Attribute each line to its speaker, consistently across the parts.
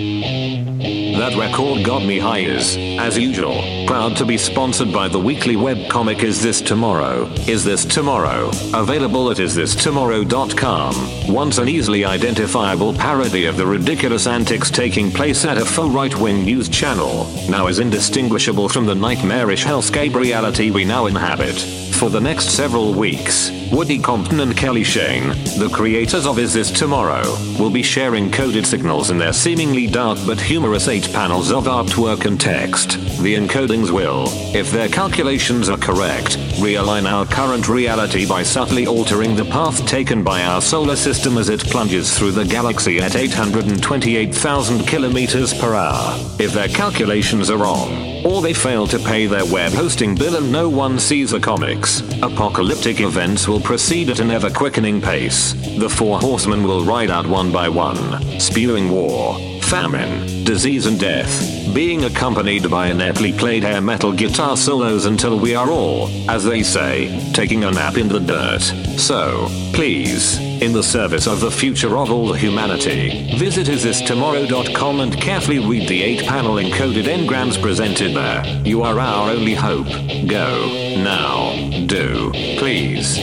Speaker 1: That record got me high as, as usual, proud to be sponsored by the weekly webcomic Is This Tomorrow? Is This Tomorrow? Available at isthistomorrow.com. Once an easily identifiable parody of the ridiculous antics taking place at a faux right-wing news channel, now is indistinguishable from the nightmarish hellscape reality we now inhabit. For the next several weeks, Woody Compton and Kelly Shane, the creators of Is This Tomorrow, will be sharing coded signals in their seemingly dark but humorous eight panels of artwork and text. The encodings will, if their calculations are correct, realign our current reality by subtly altering the path taken by our solar system as it plunges through the galaxy at 828,000 kilometers per hour. If their calculations are wrong, or they fail to pay their web hosting bill and no one sees the comics, apocalyptic events will proceed at an ever quickening pace. The four horsemen will ride out one by one, spewing war, famine, disease, and death, being accompanied by ineptly played hair metal guitar solos until we are all, as they say, taking a nap in the dirt. So, please, in the service of the future of all humanity, visit isthistomorrow.com and carefully read the eight panel encoded engrams presented there. You are our only hope. Go, now, do, please.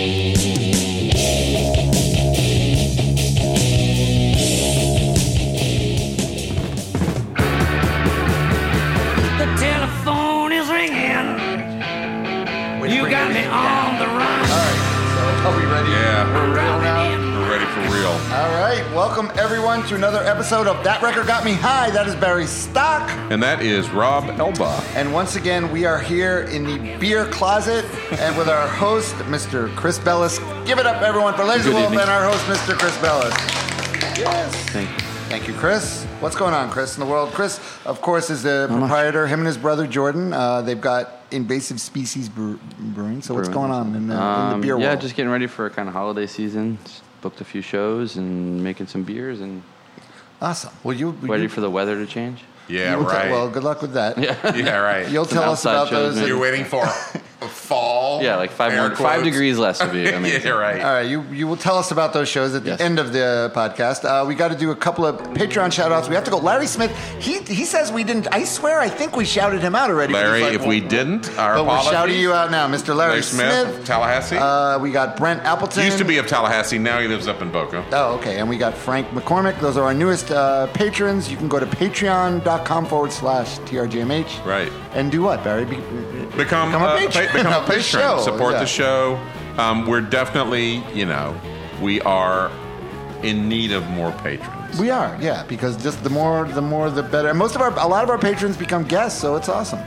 Speaker 2: The telephone is ringing. You got me on the run.
Speaker 3: All right, so are we ready?
Speaker 4: Yeah.
Speaker 3: We're real now.
Speaker 4: We're ready for real.
Speaker 3: All right, welcome everyone to another episode of That Record Got Me High. That is Barry Stock,
Speaker 4: And that is Rob Elba.
Speaker 3: and once again we are here in the beer closet and with our host, Mr. Chris Bellis. Give it up, everyone, for Laser
Speaker 4: Good
Speaker 3: Wolf
Speaker 4: evening.
Speaker 3: and our host, Mr. Chris Bellis. Yes. Thank you, Chris. What's going on, Chris, in the world? Chris, of course, is the proprietor. Him and his brother Jordan. Uh, they've got invasive species brew- brewing. So what's going on in the, in
Speaker 5: Um,
Speaker 3: the beer
Speaker 5: yeah,
Speaker 3: world?
Speaker 5: just getting ready for kind of holiday season. Just booked a few shows and making some beers and
Speaker 3: awesome. Well, you
Speaker 5: ready
Speaker 3: you-
Speaker 5: for the weather to change.
Speaker 4: Mhm. Yeah,
Speaker 3: You will tell-
Speaker 4: right.
Speaker 3: well, good luck with that.
Speaker 4: yeah, right.
Speaker 3: You'll
Speaker 5: Some
Speaker 3: tell us
Speaker 5: outside
Speaker 3: about
Speaker 5: shows,
Speaker 3: those.
Speaker 5: maybe.
Speaker 4: You're
Speaker 3: all
Speaker 4: waiting for a fall.
Speaker 5: Yeah, like five
Speaker 4: Air
Speaker 5: more, five
Speaker 4: quotes.
Speaker 5: degrees less would be amazing.
Speaker 4: yeah, right.
Speaker 3: right, you you will tell us about those shows at the
Speaker 5: Yes.
Speaker 3: end of the podcast. Uh, we got to do a couple of Patreon shout outs. We have to go. Larry Smith, he he says we didn't. I swear, I think we shouted him out already. but he's
Speaker 4: Larry,
Speaker 3: like,
Speaker 4: if we
Speaker 3: well,
Speaker 4: didn't, our
Speaker 3: but
Speaker 4: apologies.
Speaker 3: we're shouting you out now, Mr. Larry,
Speaker 4: Larry Smith, Tallahassee.
Speaker 3: Uh, we got Brent Appleton.
Speaker 4: Used to be of Tallahassee, now he lives up in Boca.
Speaker 3: Oh, okay. And we got Frank McCormick. Those are our newest uh, patrons. You can go to patreon.com forward slash TRGMH.
Speaker 4: Right.
Speaker 3: And do what, Barry? Be-
Speaker 4: Become,
Speaker 3: Become a
Speaker 4: uh,
Speaker 3: patron
Speaker 4: pa- become
Speaker 3: of
Speaker 4: a
Speaker 3: the
Speaker 4: patron.
Speaker 3: show,
Speaker 4: Support
Speaker 3: yeah.
Speaker 4: the show. Um, we're definitely, you know, we are in need of more patrons.
Speaker 3: We are, yeah, because just the more, the more, the better. And most of our, a lot of our patrons become guests, so it's awesome.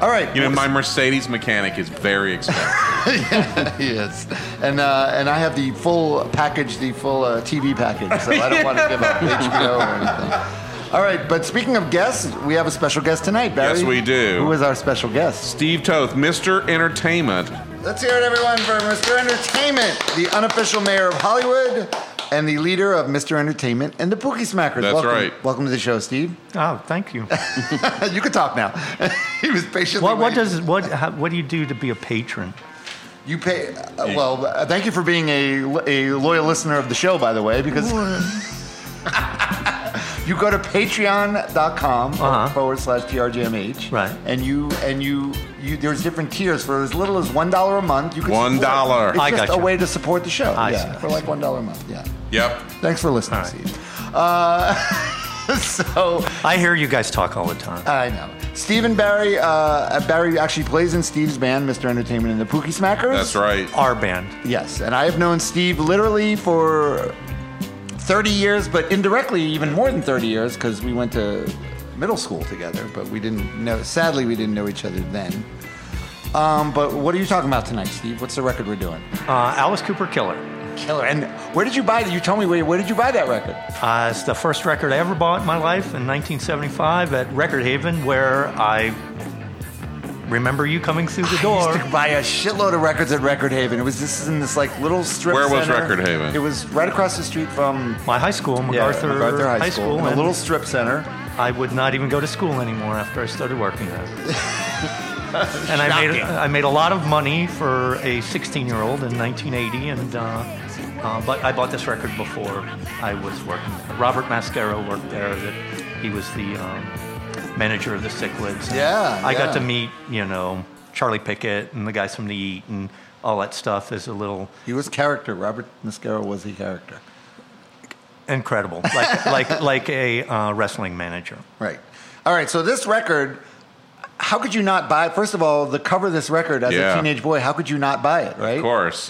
Speaker 3: All right,
Speaker 4: you know, my Mercedes mechanic is very expensive.
Speaker 3: yes, and uh, and I have the full package, the full uh, TV package, so I don't want to give up HBO or anything. All right, but speaking of guests, we have a special guest tonight, Barry.
Speaker 4: Yes, we do.
Speaker 3: Who is our special guest?
Speaker 4: Steve Toth, Mr. Entertainment,
Speaker 3: Let's hear it, everyone, for Mr. Entertainment, the unofficial mayor of Hollywood and the leader of Mr. Entertainment and the Pookie Smackers.
Speaker 4: That's
Speaker 3: Welcome-
Speaker 4: right.
Speaker 3: Welcome to the show, Steve.
Speaker 6: Oh, thank you.
Speaker 3: you can talk now. he was patiently.
Speaker 6: What, what
Speaker 3: waiting.
Speaker 6: does what how, what do you do to be a patron?
Speaker 3: You pay. Uh, well, uh, thank you for being a, a loyal listener of the show, by the way, because you go to patreon.com
Speaker 6: Uh-huh.
Speaker 3: forward slash trjmh.
Speaker 6: Right.
Speaker 3: And you, and you, you, there's different tiers for as little as $1 a month. You can
Speaker 4: One
Speaker 3: support-
Speaker 4: dollar.
Speaker 3: It's
Speaker 6: I
Speaker 3: just
Speaker 6: gotcha.
Speaker 3: a way to support the show.
Speaker 6: I
Speaker 3: yeah.
Speaker 6: see.
Speaker 3: For like $1 a month. Yeah.
Speaker 4: Yep.
Speaker 3: Thanks for listening,
Speaker 6: All right.
Speaker 3: Steve. Uh, so.
Speaker 6: I hear you guys talk all the time.
Speaker 3: I know. Stephen Barry, uh, Barry actually plays in Steve's band, Mr. Entertainment, and the Pookie Smackers.
Speaker 4: That's right.
Speaker 6: Our band.
Speaker 3: Yes, and I have known Steve literally for 30 years, but indirectly even more than 30 years because we went to middle school together, but we didn't know, sadly, we didn't know each other then. Um, but what are you talking about tonight, Steve? What's the record we're doing?
Speaker 6: Uh, Alice Cooper Killer.
Speaker 3: Killer. And where did you buy that? You told me where, where did you buy that record?
Speaker 6: Uh, it's the first record I ever bought in my life in 1975 at Record Haven, where I remember you coming through the
Speaker 3: I
Speaker 6: door.
Speaker 3: used to buy a shitload of records at Record Haven. It was this is in this like little strip.
Speaker 4: Where was
Speaker 3: center.
Speaker 4: Record Haven?
Speaker 3: It was right across the street from
Speaker 6: My high school,
Speaker 3: yeah,
Speaker 6: MacArthur,
Speaker 3: MacArthur
Speaker 6: High School,
Speaker 3: in a
Speaker 6: and
Speaker 3: little strip center.
Speaker 6: I would not even go to school anymore after I started working there. and I made I made a lot of money for a 16 year old in 1980, and uh, Uh, but I bought this record before I was working there. Robert Mascaro worked there. That he was the um, manager of the Cichlids. And
Speaker 3: Yeah,
Speaker 6: I
Speaker 3: yeah.
Speaker 6: got to meet you know Charlie Pickett and the guys from the Eat and all that stuff is a little
Speaker 3: He was character. Robert Mascaro was a character.
Speaker 6: incredible, like like like a uh, wrestling manager.
Speaker 3: Right. All right. So this record, how could you not buy? First of all, the cover of this record as
Speaker 4: Yeah.
Speaker 3: a teenage boy, how could you not buy it? Right.
Speaker 4: Of course.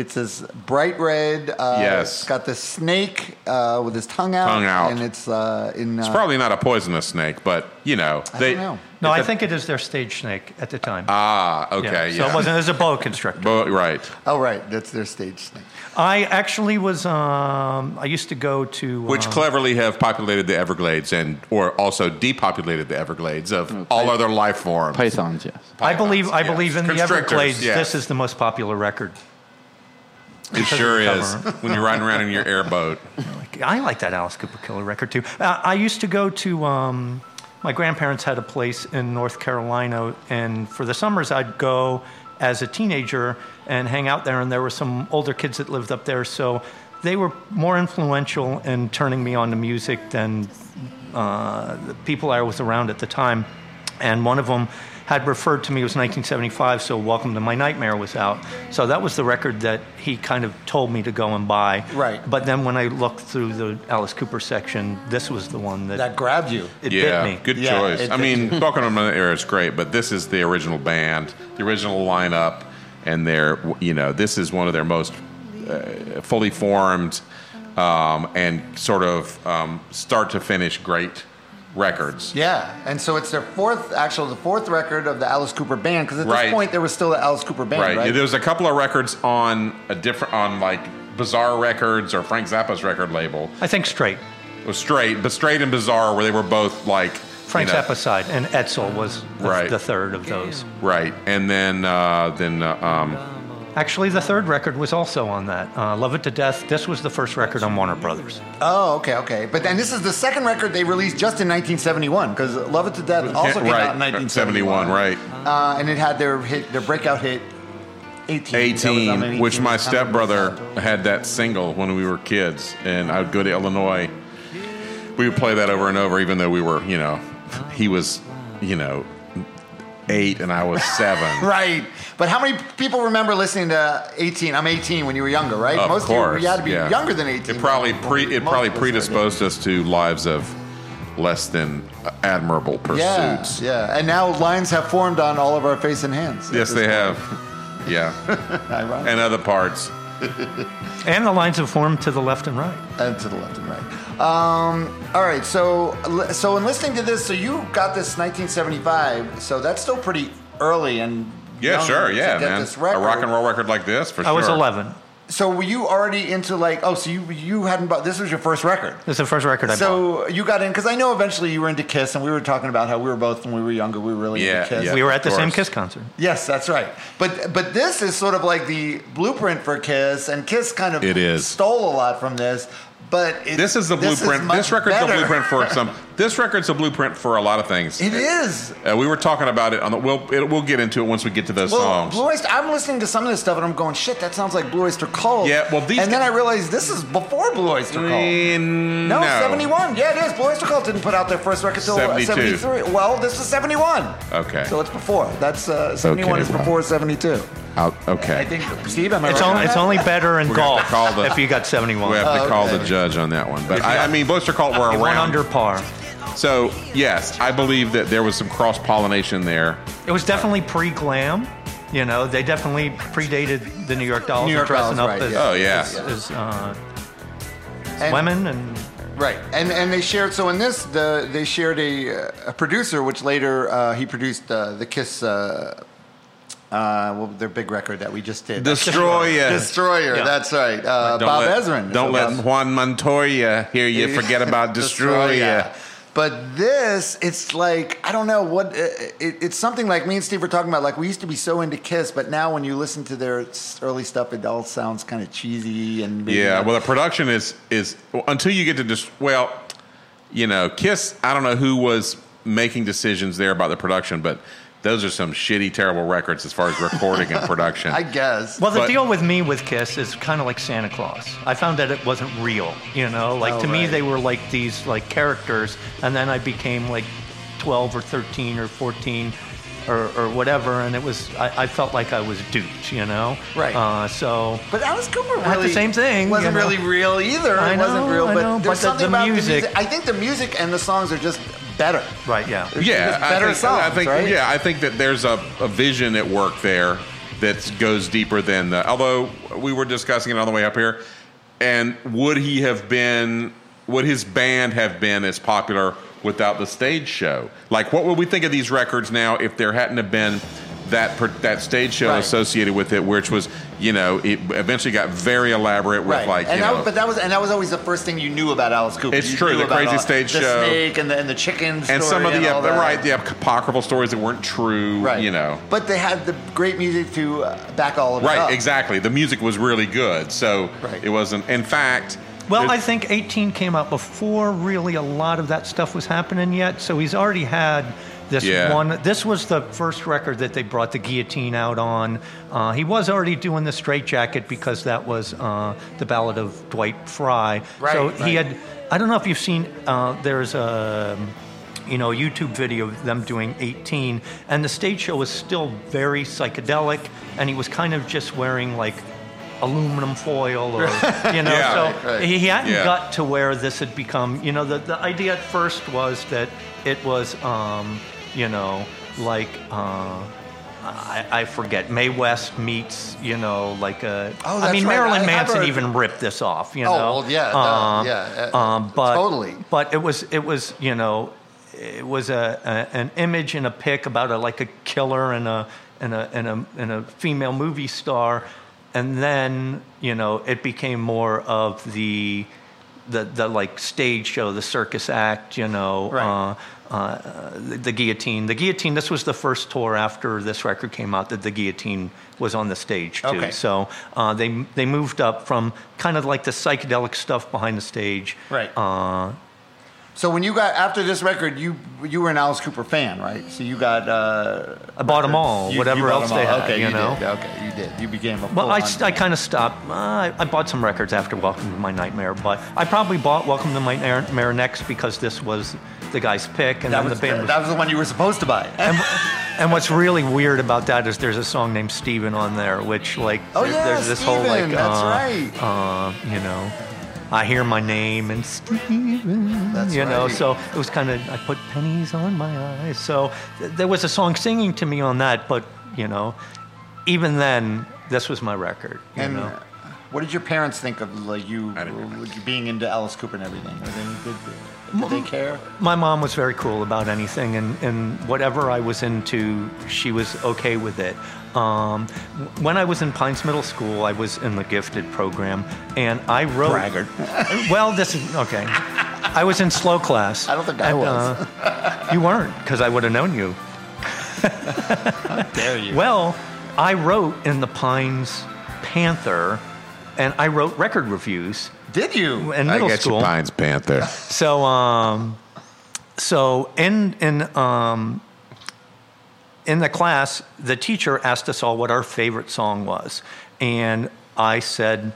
Speaker 3: It's this bright red. Uh,
Speaker 4: Yes.
Speaker 3: It's got this snake uh, with his tongue out.
Speaker 4: Tongue out.
Speaker 3: And it's uh, in. Uh,
Speaker 4: It's probably not a poisonous snake, but you know
Speaker 3: I
Speaker 4: they.
Speaker 3: don't know.
Speaker 6: No, I
Speaker 4: it's a-
Speaker 6: think it is their stage snake at the time.
Speaker 4: Ah, okay, yeah.
Speaker 6: So it wasn't. It was a boa constrictor.
Speaker 4: Bo- right.
Speaker 3: Oh, right. That's their stage snake.
Speaker 6: I actually was. Um, I used to go to
Speaker 4: Which
Speaker 6: um,
Speaker 4: cleverly have populated the Everglades and, or also depopulated the Everglades of all other life forms.
Speaker 5: Pythons, yes.
Speaker 6: uh, I
Speaker 4: Pythons,
Speaker 6: believe. I
Speaker 4: yes.
Speaker 6: believe in the
Speaker 4: Constrictors,
Speaker 6: Everglades.
Speaker 4: yes.
Speaker 6: This is the most popular record.
Speaker 4: It sure
Speaker 6: of the
Speaker 4: is.
Speaker 6: cover.
Speaker 4: when you're riding around in your airboat.
Speaker 6: Like, I like that Alice Cooper Killer record too. Uh, I used to go to. Um, my grandparents had a place in North Carolina, and for the summers I'd go as a teenager and hang out there. And there were some older kids that lived up there, so they were more influential in turning me on to music than uh, the people I was around at the time, and one of them had referred to me. It was 1975, so "Welcome to My Nightmare" was out. So that was the record that he kind of told me to go and buy.
Speaker 3: Right.
Speaker 6: But then when I looked through the Alice Cooper section, this was the one that,
Speaker 3: That grabbed you.
Speaker 6: it
Speaker 4: yeah,
Speaker 6: bit me.
Speaker 4: good
Speaker 3: Yeah,
Speaker 4: choice.
Speaker 3: it
Speaker 4: I mean, Welcome to Another Era is great, but this is the original band, the original lineup, and their you know this is one of their most uh, fully formed um, and sort of um, start to finish great records.
Speaker 3: Yeah, and so it's their fourth, actually the fourth record of the Alice Cooper band. Because at
Speaker 4: Right.
Speaker 3: this point, there was still the Alice Cooper band,
Speaker 4: Right.
Speaker 3: right?
Speaker 4: Yeah, There's a couple of records on a different on like Bizarre Records or Frank Zappa's record label.
Speaker 6: I think straight.
Speaker 4: It was Straight, but Straight and Bizarre where they were both like
Speaker 6: Frank
Speaker 4: you know,
Speaker 6: Zappa side and Etzel was the,
Speaker 4: Right.
Speaker 6: the third of those.
Speaker 4: Right. And then uh, then uh, um,
Speaker 6: Actually, the third record was also on that. Uh, Love It to Death. This was the first record on Warner Brothers.
Speaker 3: Oh, okay, okay. But then this is the second record they released just in 1971 because Love It to Death also came
Speaker 4: right,
Speaker 3: out in 1971,
Speaker 4: 71, right.
Speaker 3: Uh, and it had their hit, their breakout hit, 18. That was on
Speaker 4: 18, which
Speaker 3: 18.
Speaker 4: my stepbrother had that single when we were kids, and I would go to Illinois. We would play that over and over, even though we were, you know, he was, you know, eight and I was seven.
Speaker 3: Right, but how many people remember listening to 18? I'm 18 when you were younger, right?
Speaker 4: Of
Speaker 3: Most
Speaker 4: course,
Speaker 3: of you, you had to be
Speaker 4: yeah.
Speaker 3: younger than 18.
Speaker 4: It probably pre it
Speaker 3: Most
Speaker 4: probably
Speaker 3: of us are, yeah.
Speaker 4: predisposed us to lives of less than admirable
Speaker 3: Yeah,
Speaker 4: pursuits.
Speaker 3: yeah. And now lines have formed on all of our face and hands.
Speaker 4: Yes, they have. Yeah,
Speaker 3: Ironic.
Speaker 4: and other parts.
Speaker 6: And the lines of form to the left and right.
Speaker 3: and to the left and right. Um, all right, so so in listening to this, so you got this 1975, so that's still pretty early and
Speaker 4: Yeah,
Speaker 3: young
Speaker 4: sure.
Speaker 3: to
Speaker 4: Yeah,
Speaker 3: get
Speaker 4: man.
Speaker 3: this
Speaker 4: A
Speaker 3: record.
Speaker 4: rock and roll record like this, for
Speaker 6: I
Speaker 4: sure.
Speaker 6: was 11.
Speaker 3: So were you already into like oh, so you you hadn't bought this was your first record.
Speaker 6: This is the first record I bought.
Speaker 3: So you got in because I know eventually you were into Kiss, and we were talking about how we were both when we were younger. We were really
Speaker 4: Yeah,
Speaker 3: into Kiss.
Speaker 4: yeah.
Speaker 6: We were at the
Speaker 4: of
Speaker 6: same
Speaker 4: course.
Speaker 6: Kiss concert.
Speaker 3: Yes, that's right. But but this is sort of like the blueprint for Kiss, and Kiss kind of
Speaker 4: It is.
Speaker 3: stole a lot from this. But it,
Speaker 4: This is the
Speaker 3: is
Speaker 4: blueprint. This,
Speaker 3: much
Speaker 4: record's the
Speaker 3: better.
Speaker 4: blueprint for some. This record's a blueprint for a lot of things.
Speaker 3: It is.
Speaker 4: Uh, we were talking about it on the. We'll it, we'll get into it once we get to those
Speaker 3: Well,
Speaker 4: songs.
Speaker 3: Blue Oyster. I'm listening to some of this stuff and I'm going, shit, that sounds like Blue Oyster Cult.
Speaker 4: Yeah, well, these
Speaker 3: and then
Speaker 4: guys-
Speaker 3: I realized this is before Blue Oyster Cult.
Speaker 4: Mm,
Speaker 3: no, 71. Yeah, it is. Blue Oyster Cult didn't put out their first record till
Speaker 4: 72.
Speaker 3: 73. Well, this is 71.
Speaker 4: Okay.
Speaker 3: So it's before. That's uh, 71
Speaker 4: Okay,
Speaker 3: is
Speaker 4: wow.
Speaker 3: before 72.
Speaker 4: Out- okay.
Speaker 3: I think. Steve, am I
Speaker 6: It's
Speaker 3: right?
Speaker 6: only,
Speaker 3: on
Speaker 6: it's
Speaker 3: that?
Speaker 6: only better in
Speaker 4: We're gonna
Speaker 6: golf
Speaker 4: have to call the-
Speaker 6: if you got 71.
Speaker 4: we have to call
Speaker 3: Oh, okay.
Speaker 4: the judge on that one. But I, I mean, Blister Cult were
Speaker 6: One
Speaker 4: around.
Speaker 6: under par.
Speaker 4: so yes, I believe that there was some cross pollination there.
Speaker 6: It was definitely pre glam. You know, they definitely predated the New York Dolls
Speaker 3: New York
Speaker 6: and dressing
Speaker 3: Dolls,
Speaker 6: up
Speaker 3: right,
Speaker 6: as,
Speaker 3: yeah.
Speaker 4: Oh yeah.
Speaker 6: as, as, uh,
Speaker 3: And-
Speaker 6: women. And
Speaker 3: Right, and and they shared. So in this, the they shared a, uh, a producer, which later uh, he produced uh, the Kiss, uh, uh, well, their big record that we just did,
Speaker 4: Destroyer.
Speaker 3: Destroyer.
Speaker 6: Yeah.
Speaker 3: That's right, uh, Bob
Speaker 4: let,
Speaker 3: Ezrin. So
Speaker 4: Don't let
Speaker 3: Bob-
Speaker 4: Juan Montoya hear you forget about Destroyer.
Speaker 3: But this, it's like I don't know what it, it, it's something like me and Steve were talking about. Like we used to be so into Kiss, but now when you listen to their s- early stuff, it all sounds kind of cheesy and maybe
Speaker 4: Yeah,
Speaker 3: not-
Speaker 4: well, the production is is well, until you get to just well, you know, Kiss. I don't know who was making decisions there about the production, but those are some shitty, terrible records as far as recording and production.
Speaker 3: I guess.
Speaker 6: Well, the
Speaker 4: But-
Speaker 6: deal with me with Kiss is kind of like Santa Claus. I found that it wasn't real, you know. Like
Speaker 3: Oh,
Speaker 6: to me,
Speaker 3: right.
Speaker 6: they were like these like characters, and then I became like 12 or 13 or 14 or, or whatever, and it was I, I felt like I was duped, you know.
Speaker 3: Right.
Speaker 6: Uh, so
Speaker 3: But Alice Cooper really
Speaker 6: the same thing,
Speaker 3: Wasn't
Speaker 6: you know?
Speaker 3: really real either.
Speaker 6: I
Speaker 3: it wasn't
Speaker 6: know,
Speaker 3: real,
Speaker 6: I
Speaker 3: but
Speaker 6: know,
Speaker 3: there's
Speaker 6: but the-
Speaker 3: something
Speaker 6: the
Speaker 3: about the
Speaker 6: music-
Speaker 3: music. I think the music and the songs are just better.
Speaker 6: right, yeah.
Speaker 4: yeah,
Speaker 3: Just
Speaker 4: I
Speaker 3: better
Speaker 4: think,
Speaker 3: songs,
Speaker 4: I think
Speaker 3: right?
Speaker 4: yeah, I think that there's a, a vision at work there that goes deeper than the. Although we were discussing it on the way up here, and would he have been? Would his band have been as popular without the stage show? Like, what would we think of these records now if there hadn't have been? That per, that stage show
Speaker 3: Right.
Speaker 4: associated with it, which was you know it eventually got very elaborate with like
Speaker 3: and
Speaker 4: you
Speaker 3: that,
Speaker 4: know,
Speaker 3: but that was and that was always the first thing you knew about Alice Cooper.
Speaker 4: It's
Speaker 3: You
Speaker 4: true,
Speaker 3: knew
Speaker 4: the
Speaker 3: about
Speaker 4: crazy
Speaker 3: all-
Speaker 4: stage
Speaker 3: the
Speaker 4: show.
Speaker 3: snake and the and the chicken,
Speaker 4: and some of
Speaker 3: story and
Speaker 4: the
Speaker 3: all
Speaker 4: ap-
Speaker 3: that.
Speaker 4: right the apocryphal stories that weren't true,
Speaker 3: right,
Speaker 4: you know.
Speaker 3: But they had the great music to uh, back all of it
Speaker 4: Right,
Speaker 3: up.
Speaker 4: exactly. The music was really good, so
Speaker 3: Right.
Speaker 4: it wasn't. In fact,
Speaker 6: Well, I
Speaker 4: there's-
Speaker 6: think 18 came out before really a lot of that stuff was happening yet. So he's already had this
Speaker 4: Yeah.
Speaker 6: one. This was the first record that they brought the guillotine out on. Uh, he was already doing the straitjacket because that was uh, the ballad of Dwight Fry.
Speaker 3: Right,
Speaker 6: so
Speaker 3: right.
Speaker 6: he had. I don't know if you've seen. Uh, there's a. You know, YouTube video of them doing 18, and the stage show was still very psychedelic, and he was kind of just wearing like aluminum foil, or you know,
Speaker 4: Yeah.
Speaker 6: so
Speaker 4: Right,
Speaker 3: right.
Speaker 6: he hadn't
Speaker 4: Yeah.
Speaker 6: got to where this had become. You know, the, the idea at first was that it was, um, you know, like uh, I, I forget May West meets, you know, like a.
Speaker 3: Oh,
Speaker 6: I
Speaker 3: that's
Speaker 6: mean,
Speaker 3: right.
Speaker 6: Marilyn
Speaker 3: I- I've
Speaker 6: Manson
Speaker 3: heard-
Speaker 6: even ripped this off. You
Speaker 3: Oh,
Speaker 6: know.
Speaker 3: well, yeah, duh, yeah, uh,
Speaker 6: um, but
Speaker 3: totally.
Speaker 6: But it was it was you know, it was a, a an image and a pic about a like a killer and a and a and a and a female movie star, and then you know it became more of the. The, the like stage show, the circus act, you know,
Speaker 3: Right.
Speaker 6: uh, uh, the, the guillotine. The guillotine. This was the first tour after this record came out that the guillotine was on the stage too.
Speaker 3: Okay.
Speaker 6: So uh, they they moved up from kind of like the psychedelic stuff behind the stage,
Speaker 3: Right.
Speaker 6: Uh,
Speaker 3: So when you got after this record, you you were an Alice Cooper fan, right? So you got uh,
Speaker 6: I bought them all,
Speaker 3: you- you
Speaker 6: whatever
Speaker 3: bought
Speaker 6: else
Speaker 3: them
Speaker 6: they
Speaker 3: all.
Speaker 6: had,
Speaker 3: Okay,
Speaker 6: you, know.
Speaker 3: did. Okay, you did. You became a.
Speaker 6: Well, I,
Speaker 3: full-on-
Speaker 6: I kind of stopped. Uh, I, I bought some records after Welcome to My Nightmare, but I probably bought Welcome to My Nightmare next because this was the guy's pick, and
Speaker 3: that
Speaker 6: then
Speaker 3: was
Speaker 6: the band
Speaker 3: the,
Speaker 6: was
Speaker 3: that was the one you were supposed to buy.
Speaker 6: And what's really weird about that is there's a song named Steven on there, which like
Speaker 3: Oh,
Speaker 6: there-
Speaker 3: yeah,
Speaker 6: there's this whole
Speaker 3: Steven,
Speaker 6: like
Speaker 3: that's right.
Speaker 6: uh, uh, you know, I hear my name and Steven,
Speaker 3: That's
Speaker 6: you know,
Speaker 3: right.
Speaker 6: so it was kind of I put pennies on my eyes. So th- there was a song singing to me on that, but you know, even then this was my record, you
Speaker 3: And
Speaker 6: know.
Speaker 3: what did your parents think of like you
Speaker 4: I didn't remember.
Speaker 3: like, being into Alice Cooper and everything? Or they- did, did they care?
Speaker 6: My mom was very cool about anything, and, and whatever I was into, she was okay with it. Um, w- when I was in Pines Middle School, I was in the gifted program, and I wrote.
Speaker 3: Braggart.
Speaker 6: well, this is okay. I was in slow class.
Speaker 3: I don't think I
Speaker 6: and,
Speaker 3: was.
Speaker 6: uh, you weren't, because I would have known you.
Speaker 3: Dare you?
Speaker 6: Well, I wrote in the Pines Panther, and I wrote record reviews
Speaker 3: did you?
Speaker 6: in
Speaker 4: I
Speaker 6: middle
Speaker 4: get
Speaker 6: school.
Speaker 4: you Pines Panther.
Speaker 6: So, um, so in in um, in the class, the teacher asked us all what our favorite song was, and I said,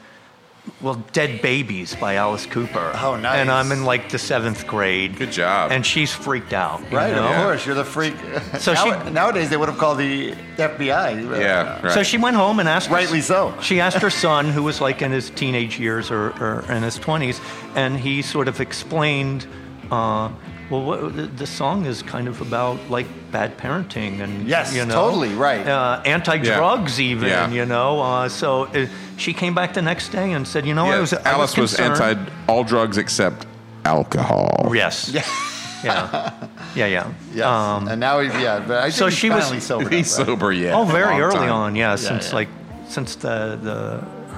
Speaker 6: "Well, Dead Babies by Alice Cooper."
Speaker 3: Oh, nice.
Speaker 6: And I'm in like the seventh grade.
Speaker 4: Good job.
Speaker 6: And she's freaked out. you
Speaker 3: Right,
Speaker 6: know?
Speaker 3: of
Speaker 4: Yeah.
Speaker 3: course. You're the freak.
Speaker 6: So
Speaker 3: Now-
Speaker 6: she-
Speaker 3: nowadays they would have called the FBI. uh,
Speaker 4: yeah, right.
Speaker 6: So she went home and asked. her-
Speaker 3: Rightly so.
Speaker 6: She asked her son, who was like in his teenage years or, or in his twenties, and he sort of explained, uh, well, what, the- the song is kind of about like bad parenting and
Speaker 3: Yes,
Speaker 6: you know,
Speaker 3: totally, right.
Speaker 6: uh, anti-drugs even,
Speaker 4: Yeah.
Speaker 6: you know. Uh, so uh she came back the next day and said, you know, I
Speaker 4: Yes,
Speaker 6: was I
Speaker 4: Alice was,
Speaker 6: concerned.
Speaker 4: anti all drugs except alcohol.
Speaker 6: Yes. Yeah. Yeah. Yeah. Yeah.
Speaker 3: Yes. and now he's yeah, but I think
Speaker 6: Um, so
Speaker 3: he's
Speaker 6: she was-
Speaker 3: finally sobered up,
Speaker 4: He's
Speaker 3: right?
Speaker 4: sober yet.
Speaker 6: Oh, very
Speaker 4: Long
Speaker 6: early
Speaker 4: time.
Speaker 6: on, yeah.
Speaker 3: Yeah,
Speaker 6: since
Speaker 3: yeah.
Speaker 6: like since the the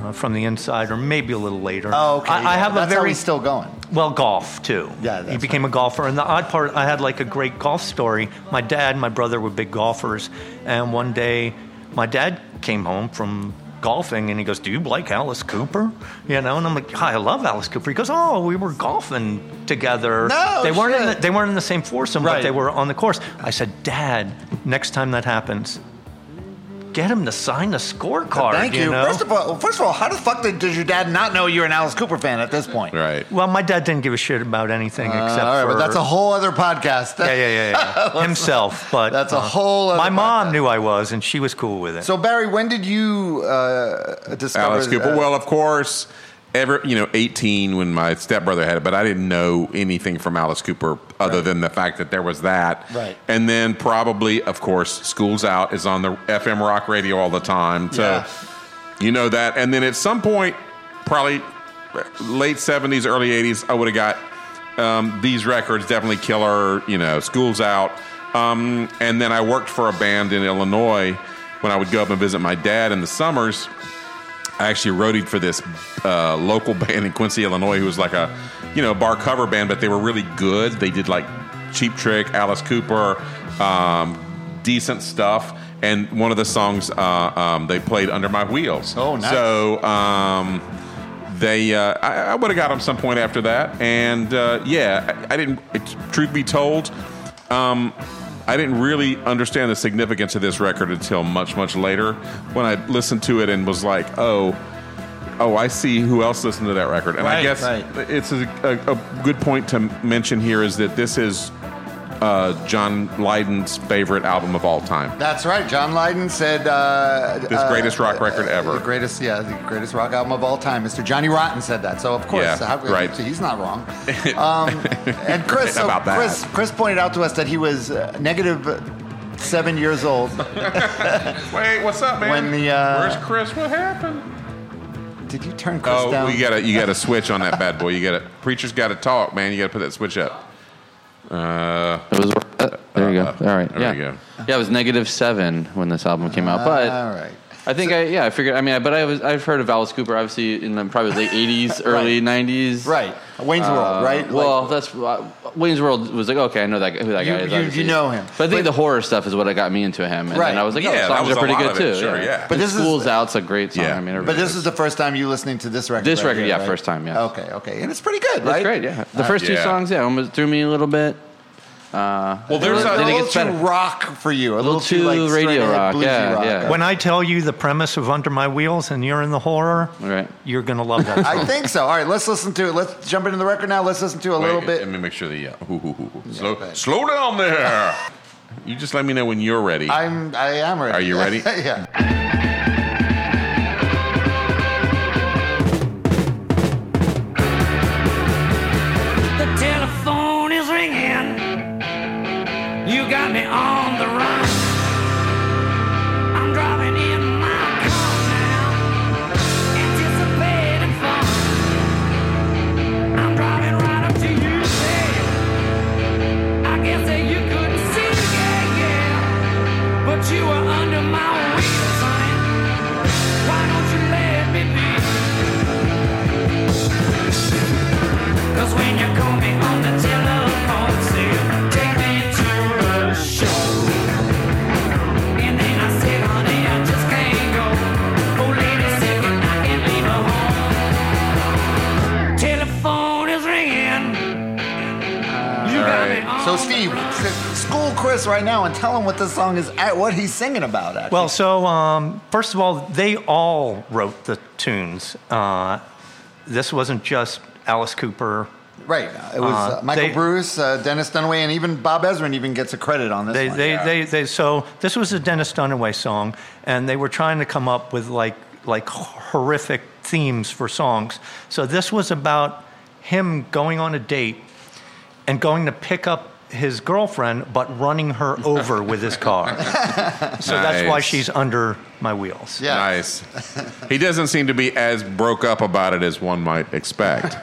Speaker 6: uh, from the inside, or maybe a little later.
Speaker 3: Oh, okay.
Speaker 6: I, I
Speaker 3: yeah.
Speaker 6: have
Speaker 3: That's
Speaker 6: a
Speaker 3: how
Speaker 6: very
Speaker 3: he's still going.
Speaker 6: well golf too.
Speaker 3: Yeah,
Speaker 6: he
Speaker 3: that's
Speaker 6: became a golfer, and the odd part, I had like a great golf story. My dad, and my brother were big golfers, and one day, my dad came home from golfing, and he goes, "Do you like Alice Cooper?" You know, and I'm like, "Hi, I love Alice Cooper." He goes, "Oh, we were golfing together.
Speaker 3: No
Speaker 6: they weren't. In the,
Speaker 3: shit.
Speaker 6: they weren't in the same foursome, but
Speaker 3: Right.
Speaker 6: they were on the course." I said, "Dad, next time that happens, get him to sign the scorecard."
Speaker 3: Thank you.
Speaker 6: know?
Speaker 3: First of all, first of all, how the fuck did, does your dad not know you're an Alice Cooper fan at this point?
Speaker 4: Right.
Speaker 6: well, my dad didn't give a shit about anything
Speaker 3: Uh,
Speaker 6: except
Speaker 3: all right,
Speaker 6: for
Speaker 3: but that's a whole other podcast.
Speaker 6: yeah, yeah, yeah, yeah. himself. But uh,
Speaker 3: That's a whole other
Speaker 6: my mom
Speaker 3: podcast.
Speaker 6: knew I was, and she was cool with it.
Speaker 3: So Barry, when did you uh, discover
Speaker 4: Alice Cooper.
Speaker 3: uh,
Speaker 4: well, of course, ever you know, eighteen when my stepbrother had it, but I didn't know anything from Alice Cooper other than the fact that there was that.
Speaker 3: Right.
Speaker 4: And then probably, of course, School's Out is on the FM rock radio all the time, so
Speaker 3: Yeah.
Speaker 4: you know that. And then at some point, probably late seventies, early eighties, I would have got um, these records. Definitely Killer, you know, School's Out. Um, and then I worked for a band in Illinois when I would go up and visit my dad in the summers. I actually roadied for this uh, local band in Quincy, Illinois, who was like a, you know, bar cover band, but they were really good. They did like Cheap Trick, Alice Cooper, um, decent stuff. And one of the songs uh, um, they played Under My Wheels.
Speaker 3: Oh, nice.
Speaker 4: So um, they, uh, I, I would have got them some point after that. And uh, yeah, I, I didn't, it, truth be told, um, I didn't really understand the significance of this record until much, much later when I listened to it and was like, oh, oh, I see who else listened to that record. And I
Speaker 3: Right,
Speaker 4: guess
Speaker 3: right.
Speaker 4: it's a, a, a good point to mention here is that this is uh, John Lydon's favorite album of all time.
Speaker 3: That's right. John Lydon said uh,
Speaker 4: This
Speaker 3: uh,
Speaker 4: greatest rock record
Speaker 3: The
Speaker 4: ever.
Speaker 3: greatest, yeah, the greatest rock album of all time. Mr. Johnny Rotten said that, so of course,
Speaker 4: Yeah,
Speaker 3: how-
Speaker 4: right.
Speaker 3: so he's not wrong. Um, and Chris, so
Speaker 4: about that.
Speaker 3: Chris, Chris pointed out to us that he was uh, negative uh, seven years old.
Speaker 4: Wait, what's up, man?
Speaker 3: When the, uh,
Speaker 4: Where's Chris? What happened?
Speaker 3: Did you turn Chris
Speaker 4: Oh,
Speaker 3: down?
Speaker 4: we gotta you gotta switch on that bad boy. You gotta preacher's gotta talk, man. You gotta put that switch up. Uh,
Speaker 5: It was, uh, there you go.
Speaker 4: Uh,
Speaker 5: All right.
Speaker 4: there
Speaker 5: yeah.
Speaker 4: you go.
Speaker 5: Yeah, it was negative seven when this album came out, but.
Speaker 3: all right.
Speaker 5: I think I yeah I figured I mean I- but I was I've heard of Alice Cooper obviously in the probably late eighties early nineties Uh,
Speaker 3: Right. Wayne's World, right?
Speaker 5: well
Speaker 3: Like-
Speaker 5: that's uh, Wayne's World was like okay I know that guy- who that
Speaker 3: You-
Speaker 5: guy is
Speaker 3: you- you
Speaker 5: obviously.
Speaker 3: know him.
Speaker 5: but I think
Speaker 3: But-
Speaker 5: the horror stuff is what got me into him and
Speaker 3: Right.
Speaker 5: then I was like oh
Speaker 4: Yeah,
Speaker 5: the
Speaker 4: that
Speaker 5: songs
Speaker 4: was
Speaker 5: are
Speaker 4: a
Speaker 5: pretty
Speaker 4: lot
Speaker 5: good
Speaker 4: of
Speaker 5: too
Speaker 4: it, sure, yeah.
Speaker 5: but
Speaker 3: But
Speaker 5: this
Speaker 3: this is-
Speaker 5: School's Out's a great song
Speaker 4: Yeah.
Speaker 5: I mean
Speaker 3: but
Speaker 5: everybody-
Speaker 3: this is the first time you listening to this record.
Speaker 5: This
Speaker 3: right
Speaker 5: record,
Speaker 3: here,
Speaker 5: yeah,
Speaker 3: right?
Speaker 5: first time, yeah.
Speaker 3: Okay, okay, and it's pretty good, right?
Speaker 5: that's great yeah the first two
Speaker 4: Uh, yeah.
Speaker 5: songs yeah almost threw me a little bit uh,
Speaker 4: Well, there's
Speaker 5: then
Speaker 4: a-
Speaker 5: it- then
Speaker 3: A
Speaker 5: it
Speaker 3: little
Speaker 5: gets
Speaker 3: too
Speaker 5: better
Speaker 3: rock for you. A little,
Speaker 5: too
Speaker 3: like,
Speaker 5: radio
Speaker 3: straight-ahead
Speaker 5: rock,
Speaker 3: bluesy
Speaker 5: yeah,
Speaker 3: rock.
Speaker 5: yeah.
Speaker 6: when I tell you the premise of Under My Wheels and you're in the horror,
Speaker 5: Right.
Speaker 6: you're going to love that.
Speaker 3: I
Speaker 6: song.
Speaker 3: think so. All right, let's listen to it. Let's jump into the record now. Let's listen to a little
Speaker 4: Wait,
Speaker 3: bit.
Speaker 4: Let me make sure the yeah. Ooh, ooh, ooh, ooh. slow,
Speaker 3: but-
Speaker 4: slow down there. you just let me know when you're ready.
Speaker 3: I'm. I am ready.
Speaker 4: Are you ready?
Speaker 3: yeah.
Speaker 2: The telephone is ringing. You got me on the run. I'm driving in my car now, anticipating fun. I'm driving right up to you, babe. I guess that you couldn't see, yeah, yeah. But you were under my wheels, honey. Why don't you let me be? Cause when you call me on the telephone, say, take me to a show. And then I said, honey, I just can't go. Oh, lady, said that I can't leave her home. Telephone is ringing. You got me
Speaker 4: Alright.
Speaker 2: on
Speaker 3: So
Speaker 2: the
Speaker 3: Steve,
Speaker 2: run.
Speaker 3: s- school Chris right now and tell him what this song is. At, what he's singing about. Actually.
Speaker 6: Well, so um, first of all, they all wrote the tunes. Uh, this wasn't just Alice Cooper.
Speaker 3: right. It was
Speaker 6: uh,
Speaker 3: uh, Michael
Speaker 6: they-
Speaker 3: Bruce, uh, Dennis Dunaway, and even Bob Ezrin even gets a credit on this
Speaker 6: They,
Speaker 3: one.
Speaker 6: they, they, they, so this was a Dennis Dunaway song, and they were trying to come up with like like horrific themes for songs. So this was about him going on a date and going to pick up his girlfriend, but running her over with his car. So that's why
Speaker 4: Nice.
Speaker 6: she's under my wheels.
Speaker 3: yeah.
Speaker 4: Nice. he doesn't seem to be as broke up about it as one might expect.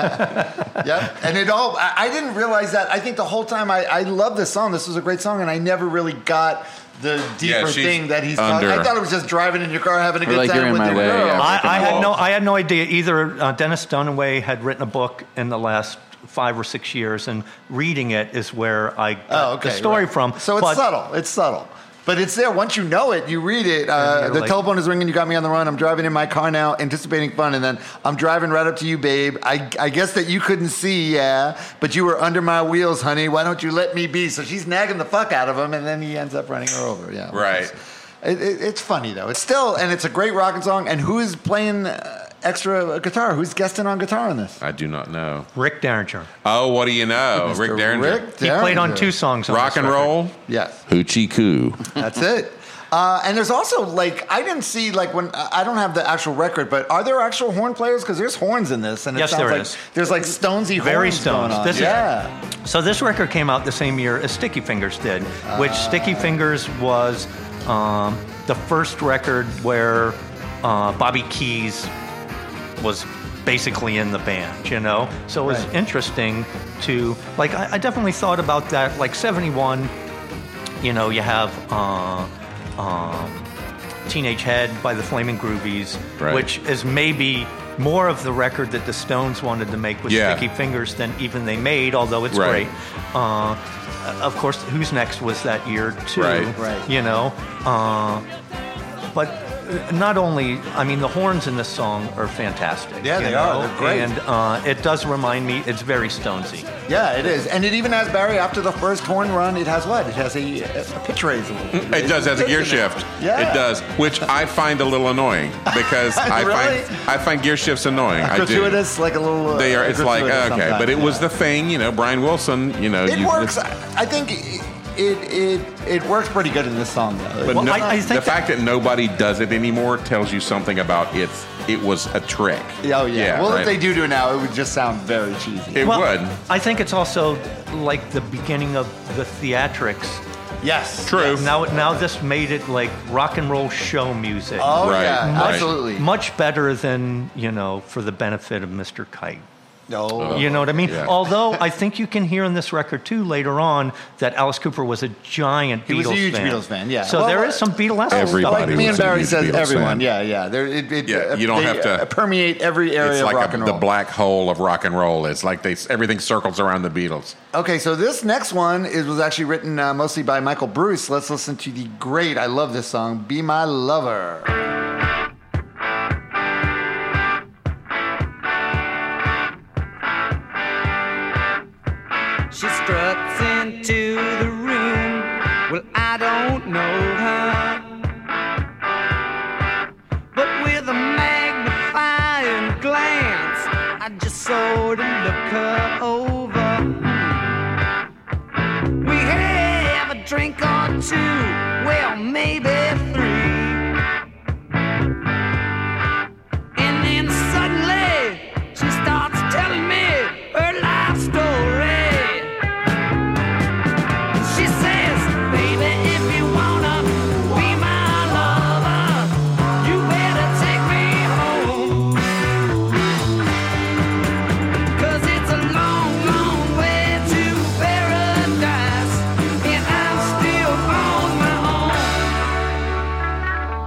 Speaker 3: Yep. And it all, I, I didn't realize that. I think the whole time I, I love this song. This was a great song, and I never really got the deeper
Speaker 4: Yeah, she's
Speaker 3: thing that he's talking
Speaker 4: under.
Speaker 3: I thought it was just driving in your car, having a
Speaker 5: Or
Speaker 3: good
Speaker 5: like,
Speaker 3: time
Speaker 5: you're in
Speaker 3: with
Speaker 5: my
Speaker 3: your
Speaker 5: way,
Speaker 3: girl.
Speaker 5: yeah.
Speaker 6: I, I had
Speaker 4: Wall.
Speaker 6: no I had no idea either. Uh, Dennis Dunaway had written a book in the last five or six years, and reading it is where I got
Speaker 3: Oh, okay.
Speaker 6: the story
Speaker 3: right.
Speaker 6: from.
Speaker 3: So it's
Speaker 6: But-
Speaker 3: subtle. It's subtle. But But it's there. Once you know it, you read it. Uh,
Speaker 6: you're
Speaker 3: the
Speaker 6: like-
Speaker 3: telephone is ringing. You got me on the run. I'm driving in my car now, anticipating fun. And then I'm driving right up to you, babe. I, I guess that you couldn't see, yeah, but you were under my wheels, honey. Why don't you let me be? So she's nagging the fuck out of him, and then he ends up running her over. Yeah.
Speaker 4: Right.
Speaker 3: It, it, it's funny though. It's still, and it's a great rocking song. And who is playing uh, extra guitar? Who's guesting on guitar on this?
Speaker 4: I do not know.
Speaker 6: Rick Derringer.
Speaker 4: Oh, what do you know? Rick
Speaker 3: Mr.
Speaker 4: Derringer.
Speaker 3: Rick
Speaker 6: He played on
Speaker 3: Derringer.
Speaker 6: two songs. On
Speaker 4: Rock
Speaker 6: this
Speaker 4: and
Speaker 6: record.
Speaker 4: roll.
Speaker 3: Yes.
Speaker 4: Hoochie coo.
Speaker 3: That's it. Uh, and there's also like I didn't see like when uh, I I don't have the actual record, but are there actual horn players? Because there's horns in this, and it
Speaker 6: Yes,
Speaker 3: sounds
Speaker 6: there
Speaker 3: like
Speaker 6: is.
Speaker 3: there's like Stonesy
Speaker 6: Very
Speaker 3: horns
Speaker 6: Stones.
Speaker 3: going on.
Speaker 6: This is-
Speaker 3: yeah,
Speaker 6: So this record came out the same year as Sticky Fingers did, which
Speaker 4: Ah.
Speaker 6: Sticky Fingers was um, the first record where uh, Bobby Keys was basically in the band, you know? So it was
Speaker 3: Right.
Speaker 6: interesting to, like, I, I definitely thought about that. Like, 71, you know, you have uh, um, Teenage Head by the Flaming Groovies,
Speaker 4: Right.
Speaker 6: which is maybe more of the record that the Stones wanted to make with
Speaker 4: Yeah.
Speaker 6: Sticky Fingers than even they made, although it's
Speaker 4: Right.
Speaker 6: great. Uh, of course, Who's Next was that year, too.
Speaker 4: Right.
Speaker 3: Right.
Speaker 6: You know? Uh, but uh, not only, I mean, the horns in this song are fantastic.
Speaker 3: Yeah,
Speaker 6: you
Speaker 3: they are.
Speaker 6: know?
Speaker 3: They're great.
Speaker 6: And uh, it does remind me, it's very Stonesy.
Speaker 3: yeah, it is. And it even has Barry after the first horn run. It has what? It has a, a pitch raise a little. bit.
Speaker 4: It does has a gear shift.
Speaker 3: Yeah.
Speaker 4: It does, which I find a little annoying because I
Speaker 3: Really?
Speaker 4: find I find gear shifts annoying. I do.
Speaker 3: Gratuitous, like a little. uh,
Speaker 4: They are. It's like
Speaker 3: gratuitous
Speaker 4: okay,
Speaker 3: sometimes,
Speaker 4: but it was
Speaker 3: yeah.
Speaker 4: the thing, you know. Brian Wilson, you know.
Speaker 3: It
Speaker 4: you,
Speaker 3: works. I I think it it it, it works pretty good in this song though.
Speaker 4: But
Speaker 6: Well,
Speaker 4: no,
Speaker 6: I- I think
Speaker 4: the
Speaker 6: that-
Speaker 4: fact that nobody does it anymore tells you something about it's. It was a trick.
Speaker 3: Oh yeah. well,
Speaker 4: right.
Speaker 3: if they do do it now, it would just sound very cheesy.
Speaker 4: It would.
Speaker 6: I think it's also like the beginning of the theatrics.
Speaker 3: yes.
Speaker 4: True.
Speaker 6: Now, now this made it like rock and roll show music.
Speaker 3: Oh
Speaker 4: Right,
Speaker 3: yeah,
Speaker 4: right.
Speaker 3: absolutely.
Speaker 6: Much better than, you know, for the benefit of Mr. Kite.
Speaker 3: No.
Speaker 6: You know what I mean?
Speaker 4: Oh, Yeah.
Speaker 6: Although I think you can hear in this record too later on that Alice Cooper was a giant Beatles fan.
Speaker 3: He was a huge Beatles fan, yeah.
Speaker 6: So
Speaker 3: Well,
Speaker 6: there
Speaker 3: uh,
Speaker 6: is some Beatles
Speaker 4: Everybody
Speaker 6: stuff.
Speaker 3: like me and
Speaker 4: was a
Speaker 3: Barry
Speaker 4: huge
Speaker 3: says,
Speaker 4: Beatles
Speaker 3: everyone.
Speaker 4: fan.
Speaker 3: Yeah, yeah. There, it, it,
Speaker 4: Yeah, you don't
Speaker 3: they,
Speaker 4: have to-
Speaker 3: uh, permeate every area
Speaker 4: It's
Speaker 3: of
Speaker 4: like
Speaker 3: rock
Speaker 4: a,
Speaker 3: and
Speaker 4: the
Speaker 3: roll.
Speaker 4: black hole of rock and roll. It's like they everything circles around the Beatles.
Speaker 3: okay, so this next one is was actually written uh, mostly by Michael Bruce. Let's listen to the great. I love this song. Be my lover.
Speaker 2: She struts into the room. Well, I don't know her. But with a magnifying glance, I just sort of look her over. We have a drink or two, well, maybe three. And then suddenly, she starts telling me her life story. She says, baby, if you wanna be my lover, you better take me home. Cause it's a long, long way to paradise, and I'm still on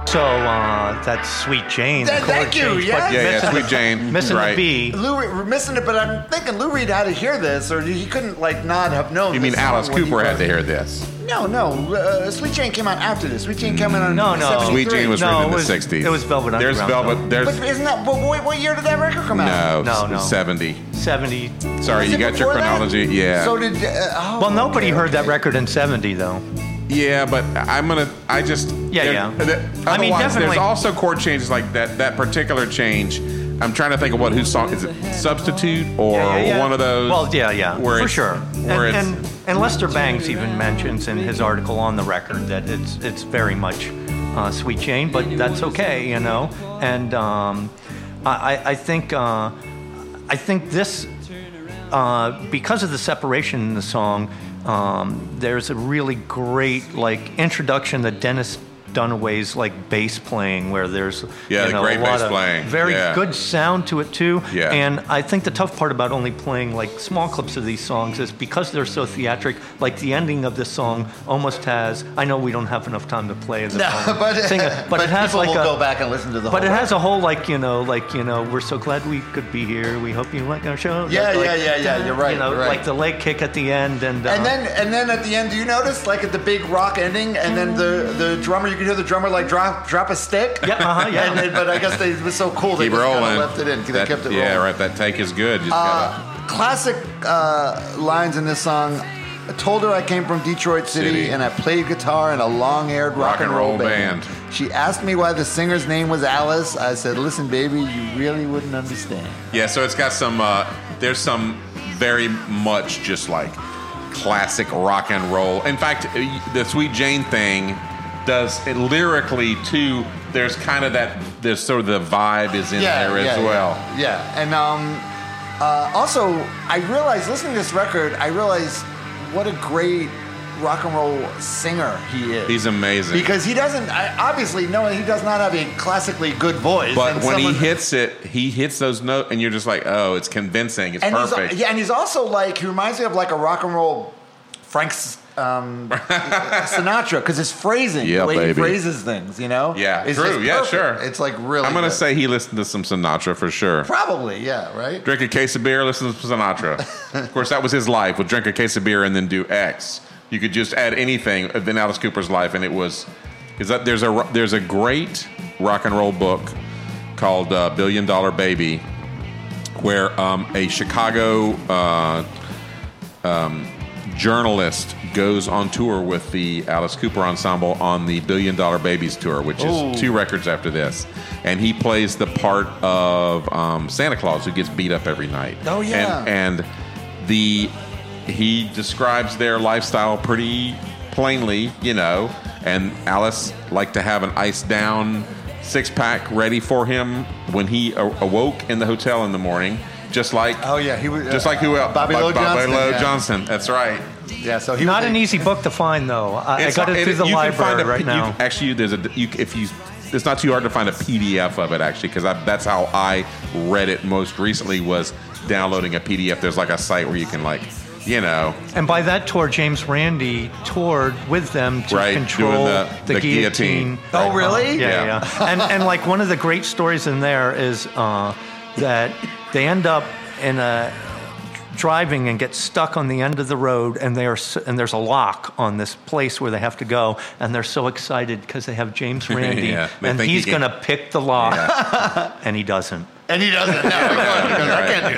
Speaker 2: my own.
Speaker 6: So uh, that's Sweet Jane. the
Speaker 3: Th-
Speaker 6: chord
Speaker 3: thank you,
Speaker 6: change,
Speaker 3: yes.
Speaker 6: but
Speaker 4: Yeah, yeah.
Speaker 6: missing
Speaker 4: Sweet
Speaker 6: the-
Speaker 4: Jane.
Speaker 6: Missing
Speaker 4: right.
Speaker 6: the B.
Speaker 3: Lou, Reed- we're missing it, but I'm thinking Lou Reed had to hear this, or he couldn't like not have known.
Speaker 4: You mean
Speaker 3: this song
Speaker 4: Alice
Speaker 3: when he
Speaker 4: Cooper had
Speaker 3: wrote
Speaker 4: to
Speaker 3: it.
Speaker 4: hear this?
Speaker 3: No, no. Uh, Sweet Jane came out after this. Sweet Jane came out on
Speaker 6: No, no.
Speaker 4: Sweet
Speaker 3: 73.
Speaker 4: Jane was
Speaker 6: No,
Speaker 4: written in
Speaker 6: it
Speaker 4: the
Speaker 6: was-
Speaker 4: '60s.
Speaker 6: it was Velvet
Speaker 4: There's
Speaker 6: Underground,
Speaker 4: Velvet. There's
Speaker 3: But isn't that? But wait, what year did that record come out?
Speaker 4: no,
Speaker 6: No, no.
Speaker 4: seventy.
Speaker 6: 70.
Speaker 4: Sorry,
Speaker 3: Was
Speaker 4: you
Speaker 3: it
Speaker 4: got your
Speaker 3: before that?
Speaker 4: chronology. Yeah.
Speaker 3: So did. Uh, oh,
Speaker 6: Well, nobody
Speaker 3: okay,
Speaker 6: heard that
Speaker 3: okay.
Speaker 6: record in 70, though.
Speaker 4: Yeah, but I'm gonna. I just.
Speaker 6: Yeah,
Speaker 4: there-
Speaker 6: yeah.
Speaker 4: there-
Speaker 6: I mean,
Speaker 4: otherwise,
Speaker 6: definitely.
Speaker 4: There's also chord changes like that. That particular change. I'm trying to think of what whose song is it? Substitute or
Speaker 6: Yeah, yeah, yeah.
Speaker 4: one of those?
Speaker 6: Well, yeah, yeah,
Speaker 4: where
Speaker 6: for
Speaker 4: it's-
Speaker 6: sure.
Speaker 4: Where
Speaker 6: and,
Speaker 4: it's
Speaker 6: and, and Lester Bangs even mentions in his article on the record that it's it's very much uh, Sweet Jane, but that's okay, you know. And um, I, I- I think uh, I think this uh, because of the separation in the song, um, there's a really great like introduction that Dennis Dunaway's like bass playing, where there's
Speaker 4: Yeah,
Speaker 6: you
Speaker 4: the
Speaker 6: know,
Speaker 4: great
Speaker 6: a lot
Speaker 4: bass
Speaker 6: of
Speaker 4: playing.
Speaker 6: very
Speaker 4: Yeah.
Speaker 6: good sound to it too.
Speaker 4: Yeah.
Speaker 6: And I think the tough part about only playing like small clips of these songs is because they're so theatric. Like the ending of this song almost has. I know we don't have enough time to play the
Speaker 3: No,
Speaker 6: song,
Speaker 3: but,
Speaker 6: sing it, but, it has
Speaker 3: people
Speaker 6: like
Speaker 3: will
Speaker 6: a,
Speaker 3: go back and listen to the
Speaker 6: but
Speaker 3: whole
Speaker 6: it has a whole like you know like you know we're so glad we could be here. We hope you like our show.
Speaker 3: Yeah,
Speaker 6: Like-
Speaker 3: yeah, yeah, yeah, you're right,
Speaker 6: You know,
Speaker 3: you're right.
Speaker 6: like the leg kick at the end, and uh,
Speaker 3: And then, and then at the end, do you notice like at the big rock ending, and then the the drummer, you can hear the drummer like drop drop a stick.
Speaker 6: Yeah, uh-huh, yeah.
Speaker 3: And then, but I guess they, it was so cool they
Speaker 4: Keep
Speaker 3: just kinda
Speaker 4: rolling.
Speaker 3: left it in. They
Speaker 4: That-
Speaker 3: kept it
Speaker 4: yeah,
Speaker 3: rolling.
Speaker 4: right. That take is good. Just gotta,
Speaker 3: Classic uh, lines in this song. I told her I came from Detroit City,
Speaker 4: City.
Speaker 3: and I played guitar in a long-haired rock, and roll, band. She asked me why the singer's name was Alice. I said, "Listen, baby, you really wouldn't understand."
Speaker 4: yeah, so it's got some. Uh, there's some very much just like classic rock and roll. In fact, uh, the Sweet Jane thing does it lyrically too. There's kind of that. There's sort of the vibe is in there as well.
Speaker 3: Yeah, yeah. and um, uh, also I realized listening to this record, I realized what a great rock and roll singer he is.
Speaker 4: He's amazing.
Speaker 3: because he doesn't I, obviously no, he does not have a classically good voice.
Speaker 4: but
Speaker 3: and
Speaker 4: when he
Speaker 3: someone-
Speaker 4: hits it, he hits those notes, and you're just like, oh, it's convincing. It's
Speaker 3: and
Speaker 4: perfect.
Speaker 3: He's, uh, yeah, and he's also like he reminds me of like a rock and roll Frank S- um, Sinatra because his phrasing,
Speaker 4: Yeah,
Speaker 3: the way
Speaker 4: baby.
Speaker 3: he phrases things, you know.
Speaker 4: Yeah,
Speaker 3: It's
Speaker 4: true.
Speaker 3: just
Speaker 4: Yeah,
Speaker 3: perfect.
Speaker 4: sure.
Speaker 3: It's like really.
Speaker 4: I'm gonna
Speaker 3: good.
Speaker 4: say he listened to some Sinatra for sure.
Speaker 3: probably, yeah, right.
Speaker 4: Drink a case of beer, listen to Sinatra. of course, that was his life. Would drink a case of beer and then do X. You could just add anything in Alice Cooper's life, and it was. Is that there's a there's a great rock and roll book called uh, Billion Dollar Baby, where um, a Chicago uh, um, journalist goes on tour with the Alice Cooper Ensemble on the Billion Dollar Babies tour, which is two records after this. And he plays the part of um, Santa Claus who gets beat up every night.
Speaker 3: Oh, yeah.
Speaker 4: And, and the he describes their lifestyle pretty plainly, you know. And Alice liked to have an iced down six pack ready for him when he a- awoke in the hotel in the morning. Just like
Speaker 3: Oh, yeah, he was-
Speaker 4: just like who else?
Speaker 3: Bobby Lowe
Speaker 4: Bobby
Speaker 3: Johnston,
Speaker 4: Lowe
Speaker 3: yeah.
Speaker 4: Johnson. That's right.
Speaker 3: Yeah, so he
Speaker 6: Not
Speaker 3: was
Speaker 6: an e-
Speaker 3: a-
Speaker 6: easy book to find, though. I, I
Speaker 4: It's
Speaker 6: got
Speaker 4: not-
Speaker 6: it through the
Speaker 4: you can
Speaker 6: library
Speaker 4: find a
Speaker 6: right
Speaker 4: P- you-
Speaker 6: now.
Speaker 4: actually, there's a you, if you it's not too hard to find a PDF of it actually because that's how I read it most recently was downloading a PDF. There's like a site where you can like you know
Speaker 6: and by that tour, James Randy toured with them to
Speaker 4: Right, doing
Speaker 6: control
Speaker 4: the-
Speaker 6: the,
Speaker 4: the guillotine.
Speaker 6: guillotine.
Speaker 3: Oh, really?
Speaker 6: Yeah,
Speaker 4: Yeah.
Speaker 6: yeah. and and like one of the great stories in there is uh, that they end up in a driving and get stuck on the end of the road and they are s- and there's a lock on this place where they have to go and they're so excited because they have James Randy
Speaker 4: Yeah, they
Speaker 6: and
Speaker 4: think he
Speaker 6: he's
Speaker 4: can-
Speaker 6: going to pick the lock and he doesn't.
Speaker 3: and he doesn't. No,
Speaker 4: I can't do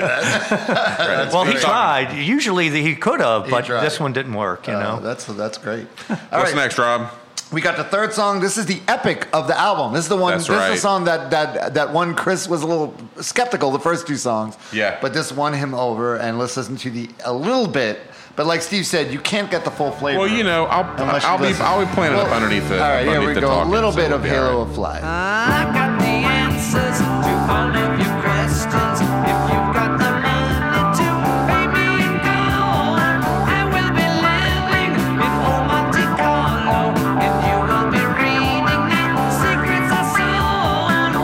Speaker 4: that.
Speaker 6: well, he tried. Usually the- he could have, but
Speaker 3: tried.
Speaker 6: this one didn't work, you
Speaker 3: no,
Speaker 6: know.
Speaker 3: that's that's great. All
Speaker 4: What's
Speaker 3: right,
Speaker 4: next, Rob?
Speaker 3: we got the third song. This is the epic of the album. This is the one.
Speaker 4: That's
Speaker 3: this is
Speaker 4: right.
Speaker 3: the song that that that one Chris was a little skeptical the first two songs.
Speaker 4: Yeah.
Speaker 3: but this won him over, and let's listen to the a little bit. But like Steve said, you can't get the full flavor.
Speaker 4: Well, you know, I'll
Speaker 3: unless you
Speaker 4: I'll be
Speaker 3: listen.
Speaker 4: I'll be playing it up
Speaker 3: Well,
Speaker 4: underneath the.
Speaker 3: All right, here
Speaker 4: underneath
Speaker 3: we
Speaker 4: the
Speaker 3: go.
Speaker 4: talking,
Speaker 3: a little
Speaker 4: so
Speaker 3: bit
Speaker 4: we'll
Speaker 3: of
Speaker 4: be all
Speaker 3: Halo
Speaker 4: right.
Speaker 3: of Flies.
Speaker 2: I got the answers to all of your questions. If you've got the money to pay me in gold, I will be landing in old Monte Carlo, and you will be reading the secrets I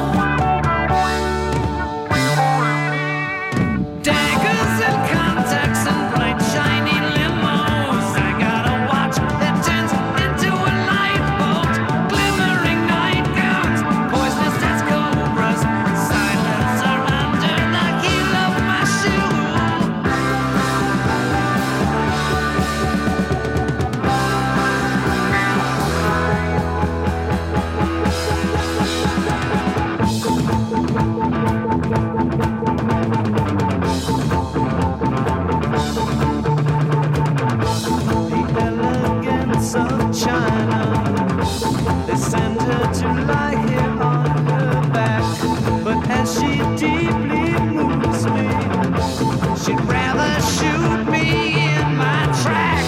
Speaker 2: sold. Daggers and contacts and bright shiny limos. I got a watch that turns into a light bulb. Glimmering nightgowns, poisonous as cobras. Silence are under the heel of my shoe. The elegance of China. They send her to lie here on her back, but as she deeply moves me, she'd rather shoot me in my tracks.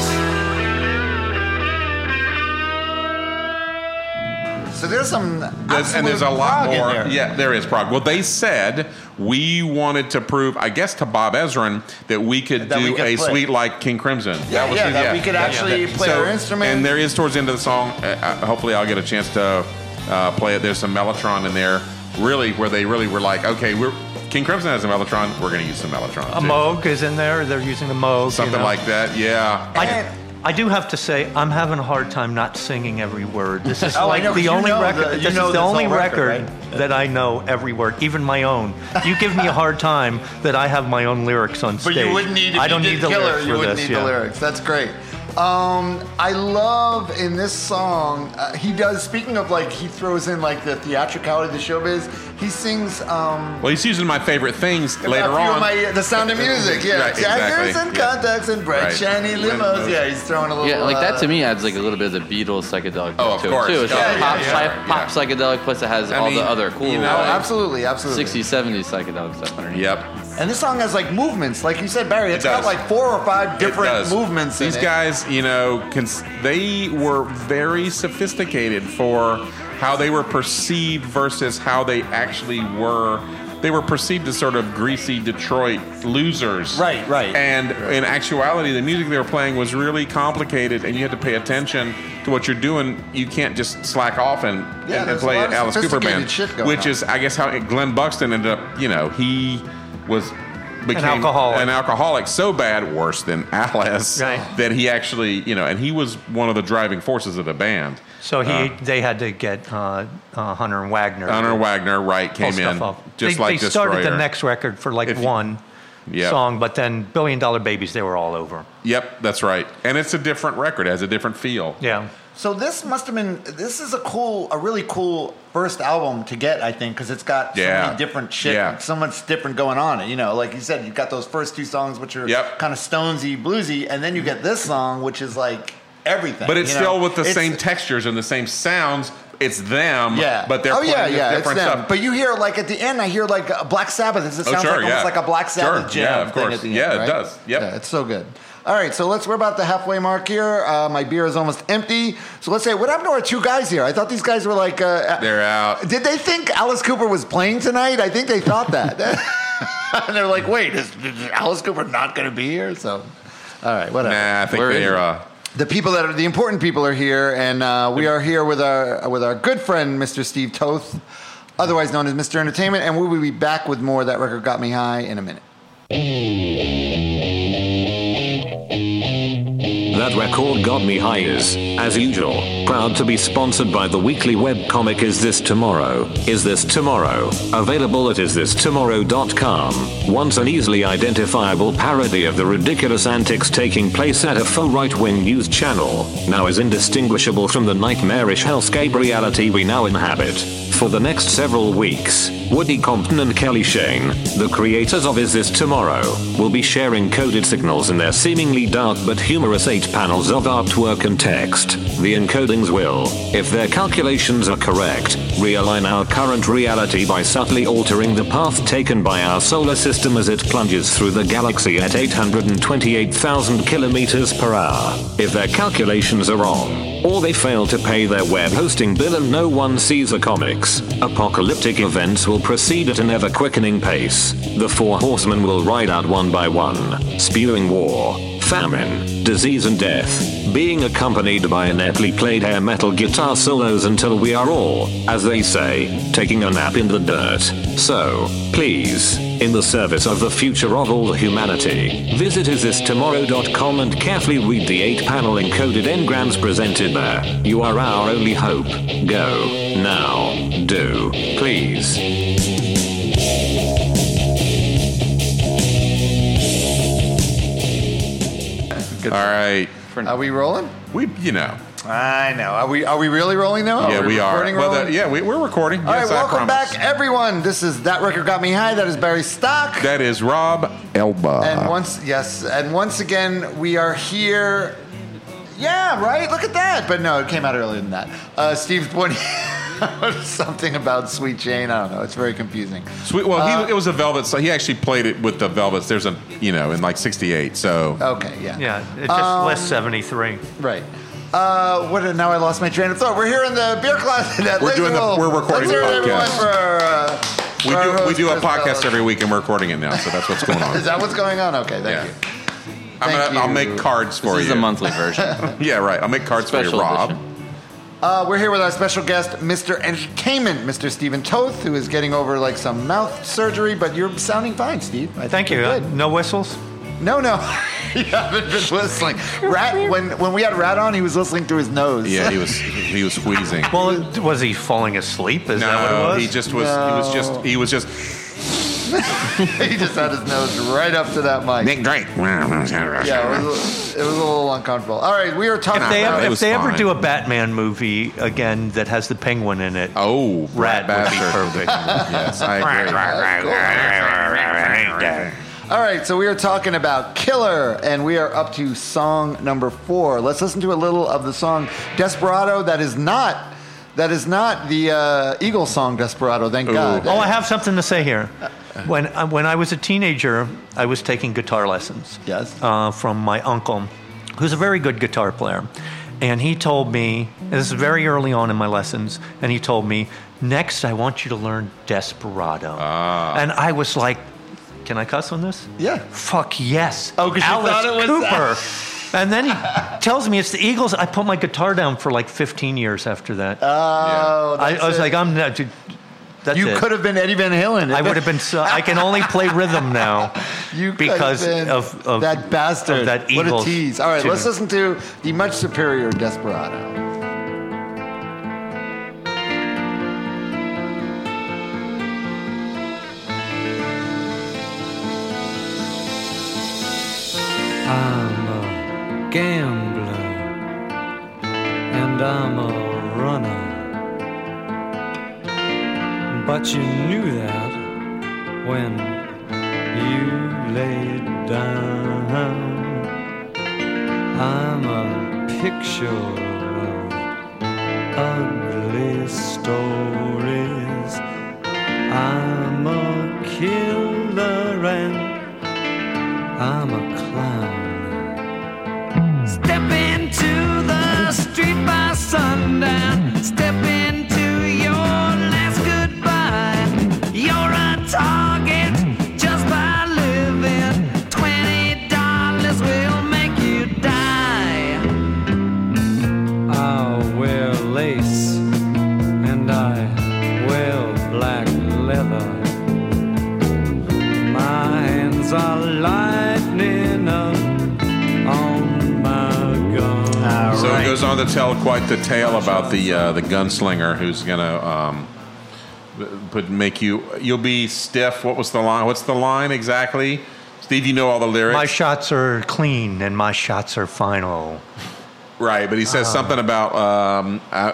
Speaker 3: So there's some
Speaker 4: There's- and
Speaker 3: absolute
Speaker 4: there's a lot
Speaker 3: prog in
Speaker 4: more.
Speaker 3: there.
Speaker 4: Yeah, there is prog. Well, they said we wanted to prove, I guess, to Bob Ezrin that we could
Speaker 3: That
Speaker 4: do
Speaker 3: we could
Speaker 4: a
Speaker 3: play.
Speaker 4: suite like King Crimson.
Speaker 3: Yeah, yeah,
Speaker 4: his-
Speaker 3: that we could actually play our instrument.
Speaker 4: And there is towards the end of the song. Uh, uh, hopefully, I'll get a chance to uh, play it. There's some Mellotron in there, really, where they really were like, okay, we're King Crimson has a Mellotron. We're going to use some Mellotron.
Speaker 6: A
Speaker 4: too.
Speaker 6: Moog is in there. They're using a Moog. you
Speaker 4: something
Speaker 6: know.
Speaker 4: like that. Yeah.
Speaker 6: I, I do have to say, I'm having a hard time not singing every word. This is
Speaker 3: Oh, I
Speaker 6: like
Speaker 3: know, 'cause
Speaker 6: the
Speaker 3: you
Speaker 6: only
Speaker 3: know
Speaker 6: record.
Speaker 3: the- you
Speaker 6: this
Speaker 3: know
Speaker 6: is
Speaker 3: this
Speaker 6: the only
Speaker 3: whole record,
Speaker 6: record,
Speaker 3: right?
Speaker 6: that I know every word, even my own. You give me a hard time that I have my own lyrics on
Speaker 3: But
Speaker 6: stage.
Speaker 3: you wouldn't need. If
Speaker 6: I don't
Speaker 3: you
Speaker 6: need
Speaker 3: did
Speaker 6: the
Speaker 3: Killer,
Speaker 6: lyrics for
Speaker 3: You wouldn't
Speaker 6: this.
Speaker 3: need
Speaker 6: yeah.
Speaker 3: the lyrics. That's great. Um, I love in this song. Uh, he does. Speaking of like, he throws in like the theatricality of the showbiz. He sings. Um,
Speaker 4: well, he's using my favorite things later
Speaker 3: a few
Speaker 4: on.
Speaker 3: of my, the Sound of Music. Yeah,
Speaker 4: Right, exactly.
Speaker 3: Jackers and
Speaker 4: Yeah.
Speaker 3: contacts and bright
Speaker 4: Right.
Speaker 3: shiny limos.
Speaker 4: Limos.
Speaker 3: Yeah, he's throwing a little.
Speaker 5: Yeah, like that
Speaker 3: uh,
Speaker 5: to me adds like a little bit of the Beatles psychedelic bit
Speaker 4: Oh, of
Speaker 5: to
Speaker 4: course.
Speaker 5: it too. It's
Speaker 4: Yeah,
Speaker 5: like
Speaker 4: yeah,
Speaker 5: pop,
Speaker 4: yeah,
Speaker 5: psy-
Speaker 4: yeah.
Speaker 5: pop psychedelic plus it has
Speaker 4: I
Speaker 5: all
Speaker 4: mean,
Speaker 5: the other cool
Speaker 4: you know,
Speaker 3: Oh,
Speaker 5: like,
Speaker 3: absolutely, absolutely.
Speaker 5: 60s, 70s psychedelic stuff underneath.
Speaker 4: Yep.
Speaker 3: And this song has like movements, like you said, Barry. It's got
Speaker 4: does.
Speaker 3: like four or five different
Speaker 4: It does.
Speaker 3: movements. in
Speaker 4: These
Speaker 3: it.
Speaker 4: guys, you know, cons- they were very sophisticated for how they were perceived versus how they actually were. They were perceived as sort of greasy Detroit losers,
Speaker 3: Right, right.
Speaker 4: And in actuality, the music they were playing was really complicated, and you had to pay attention to what you're doing. You can't just slack off and,
Speaker 3: Yeah,
Speaker 4: and, and
Speaker 3: there's a
Speaker 4: play
Speaker 3: lot of
Speaker 4: Alice Cooper
Speaker 3: sophisticated
Speaker 4: band,
Speaker 3: shit going
Speaker 4: which
Speaker 3: on.
Speaker 4: is, I guess, how Glenn Buxton ended up. You know, he was became
Speaker 6: alcoholic.
Speaker 4: an alcoholic so bad, worse than Alice,
Speaker 6: Right.
Speaker 4: that he actually, you know, and he was one of the driving forces of the band.
Speaker 6: So he, they had to get uh, uh, Hunter and Wagner.
Speaker 4: Uh-huh. Hunter
Speaker 6: to
Speaker 4: Wagner Wright
Speaker 6: pull
Speaker 4: came in,
Speaker 6: stuff off.
Speaker 4: just
Speaker 6: they,
Speaker 4: like
Speaker 6: they started
Speaker 4: Destroyer.
Speaker 6: the next record for like
Speaker 4: If you-
Speaker 6: one
Speaker 4: Yeah.
Speaker 6: song, but then Billion Dollar Babies, they were all over.
Speaker 4: Yep, that's right. And it's a different record, it has a different feel.
Speaker 6: Yeah.
Speaker 3: So this must have been. This is a cool, a really cool first album to get, I think, because it's got so
Speaker 4: Yeah.
Speaker 3: many different shit,
Speaker 4: Yeah.
Speaker 3: so much different going on. You know, like you said, you've got those first two songs, which are
Speaker 4: Yep.
Speaker 3: kind of stonesy, bluesy, and then you get this song, which is like everything.
Speaker 4: But it's
Speaker 3: you know?
Speaker 4: still with the
Speaker 3: It's-
Speaker 4: same textures and the same sounds. It's them,
Speaker 3: yeah,
Speaker 4: but they're
Speaker 3: oh
Speaker 4: playing
Speaker 3: yeah,
Speaker 4: this
Speaker 3: yeah, it's
Speaker 4: different
Speaker 3: them.
Speaker 4: stuff. Oh,
Speaker 3: But you hear like at the end, I hear like uh, Black Sabbath. It sounds
Speaker 4: sure,
Speaker 3: like almost
Speaker 4: yeah.
Speaker 3: like a Black Sabbath
Speaker 4: Sure,
Speaker 3: jam.
Speaker 4: yeah, of
Speaker 3: thing
Speaker 4: course.
Speaker 3: at the
Speaker 4: Yeah,
Speaker 3: end,
Speaker 4: it
Speaker 3: right?
Speaker 4: does. Yep.
Speaker 3: Yeah, it's so good. All right, so let's. We're about the halfway mark here. Uh, my beer is almost empty. So let's say, what happened to our two guys here? I thought these guys were like. Uh,
Speaker 4: They're out.
Speaker 3: Did they think Alice Cooper was playing tonight? I think they thought that. and they're like, wait, is, is Alice Cooper not going to be here? So, all right, whatever.
Speaker 4: Nah, I think
Speaker 5: Where is
Speaker 4: they're.
Speaker 5: it?
Speaker 4: Uh,
Speaker 3: The people that are the important people are here, and uh, we are here with our with our good friend Mr. Steve Toth, otherwise known as Mr. Entertainment, and we will be back with more. That record got me high in a minute.
Speaker 1: That record got me high is, as usual, proud to be sponsored by the weekly webcomic Is This Tomorrow? Is This Tomorrow? Available at isthistomorrow.com. Once an easily identifiable parody of the ridiculous antics taking place at a faux right-wing news channel, now is indistinguishable from the nightmarish hellscape reality we now inhabit. For the next several weeks, Woody Compton and Kelly Shane, the creators of Is This Tomorrow, will be sharing coded signals in their seemingly dark but humorous eight panels of artwork and text. The encodings will, if their calculations are correct, realign our current reality by subtly altering the path taken by our solar system as it plunges through the galaxy at 828,000 kilometers per hour. If their calculations are wrong, or they fail to pay their web hosting bill and no one sees the comics. Apocalyptic events will proceed at an ever quickening pace. The four horsemen will ride out one by one, spewing war, famine, disease, and death, being accompanied by ineptly played hair metal guitar solos until we are all, as they say, taking a nap in the dirt. So, please, in the service of the future of all humanity, visit isthistomorrow.com and carefully read the eight panel encoded engrams presented there. You are our only hope. Go, now, do, please.
Speaker 4: all right.
Speaker 3: Are we rolling?
Speaker 4: We, you know.
Speaker 3: I know. Are we are we really rolling now?
Speaker 4: yeah,
Speaker 3: we
Speaker 4: we are.
Speaker 3: Oh, recording,
Speaker 4: Well,
Speaker 3: rolling?
Speaker 4: that- yeah, we, we're recording.
Speaker 3: All right,
Speaker 4: yes, I
Speaker 3: welcome
Speaker 4: promise.
Speaker 3: back, everyone. This is that record got me high. That is Barry Stock.
Speaker 4: That is Rob Elba.
Speaker 3: and once yes, and once again we are here. Yeah, right. Look at that. But no, it came out earlier than that. Uh, Steve pointing something about Sweet Jane. I don't know. It's very confusing.
Speaker 4: Sweet. Well, he, it was a Velvet. So he actually played it with the Velvets. There's a you know in like '68. So
Speaker 3: Okay. Yeah. Um,
Speaker 6: Yeah. It just lists 73.
Speaker 3: Right. Uh, what? A, now I lost my train of thought. We're here in the beer closet. At
Speaker 4: We're doing the-
Speaker 3: Liverpool.
Speaker 4: we're recording
Speaker 3: Let's hear
Speaker 4: the
Speaker 3: it, everyone,
Speaker 4: podcast.
Speaker 3: For, uh,
Speaker 4: We
Speaker 3: for our
Speaker 4: do, we
Speaker 3: host,
Speaker 4: do a
Speaker 3: Chris
Speaker 4: podcast
Speaker 3: Bellis.
Speaker 4: every week, and we're recording it now, so that's what's going on.
Speaker 3: uh, Is that what's going on? Okay, thank
Speaker 4: Yeah.
Speaker 3: you.
Speaker 4: I'm
Speaker 3: Thank
Speaker 4: gonna, I'll
Speaker 3: you.
Speaker 4: make cards for
Speaker 5: This
Speaker 4: you.
Speaker 5: is a monthly version.
Speaker 4: Yeah, right. I'll make cards for
Speaker 5: Special
Speaker 4: you, Rob.
Speaker 5: edition.
Speaker 3: Uh, we're here with our special guest, Mr. Entertainment, Mr. Stephen Toth, who is getting over like some mouth surgery, but you're sounding fine, Steve. I think
Speaker 6: Thank you.
Speaker 3: you're
Speaker 6: Uh,
Speaker 3: Good.
Speaker 6: no whistles.
Speaker 3: No, no. you haven't been whistling. Rat, when, when we had Rat on, he was whistling through his nose.
Speaker 4: Yeah, he was he was wheezing.
Speaker 6: Well, it- was he falling asleep? Is that what it
Speaker 4: no,
Speaker 6: was?
Speaker 4: he just was. He was just. He was just.
Speaker 3: he just had his nose right up to that mic.
Speaker 4: Nick Drake.
Speaker 3: Yeah,
Speaker 4: Yeah,
Speaker 3: it was, a, it was a little uncomfortable. All right, we are talking
Speaker 6: if they,
Speaker 3: about.
Speaker 4: it
Speaker 6: if
Speaker 4: was
Speaker 6: they ever
Speaker 4: fine.
Speaker 6: do a Batman movie again that has the penguin in it,
Speaker 4: oh,
Speaker 6: Rat would be
Speaker 4: bastard.
Speaker 6: perfect.
Speaker 4: yes, I agree.
Speaker 3: All right, so we are talking about Killer, and we are up to song number four. Let's listen to a little of the song Desperado. That is not, that is not the uh, Eagles song Desperado. Thank
Speaker 4: Ooh.
Speaker 3: God.
Speaker 6: Oh, I have something to say here. When I, when I was a teenager, I was taking guitar lessons.
Speaker 3: Yes.
Speaker 6: Uh, from my uncle, who's a very good guitar player, and he told me and this is very early on in my lessons, and he told me next I want you to learn Desperado, and I was like, can I cuss on this?
Speaker 3: Ah. Yeah.
Speaker 6: Fuck yes.
Speaker 3: Oh, 'cause you
Speaker 6: Alice
Speaker 3: thought it was
Speaker 6: Cooper.
Speaker 3: that.
Speaker 6: And then he tells me it's the Eagles. I put my guitar down for like 15 years after that.
Speaker 3: Oh,
Speaker 6: I,
Speaker 3: that's
Speaker 6: I was
Speaker 3: it.
Speaker 6: like, I'm not. dude, That's
Speaker 3: you
Speaker 6: it.
Speaker 3: could have been Eddie Van Halen.
Speaker 6: I would have been. So, I can only play rhythm now
Speaker 3: You could
Speaker 6: because
Speaker 3: have been
Speaker 6: of, of
Speaker 3: that bastard.
Speaker 6: of that evil
Speaker 3: what a tease! All right,
Speaker 6: tune.
Speaker 3: let's listen to the much superior Desperado.
Speaker 7: I'm a gambler and I'm a runner. But you knew that when you laid down. I'm a picture of ugly stories. I'm a killer and I'm a clown. Step into the street by sundown. Step into your last goodbye. You're a target just by living. Twenty dollars will make you die. I wear lace and I wear black leather. My hands are lightning up on my gun.
Speaker 4: So he goes on to tell quite the tale about the uh, the gunslinger who's gonna um, b- but make you you'll be stiff. What was the line? What's the line exactly? Steve, you know all the lyrics,
Speaker 6: My shots are clean and my shots are final.
Speaker 4: right? But he says something about um, I,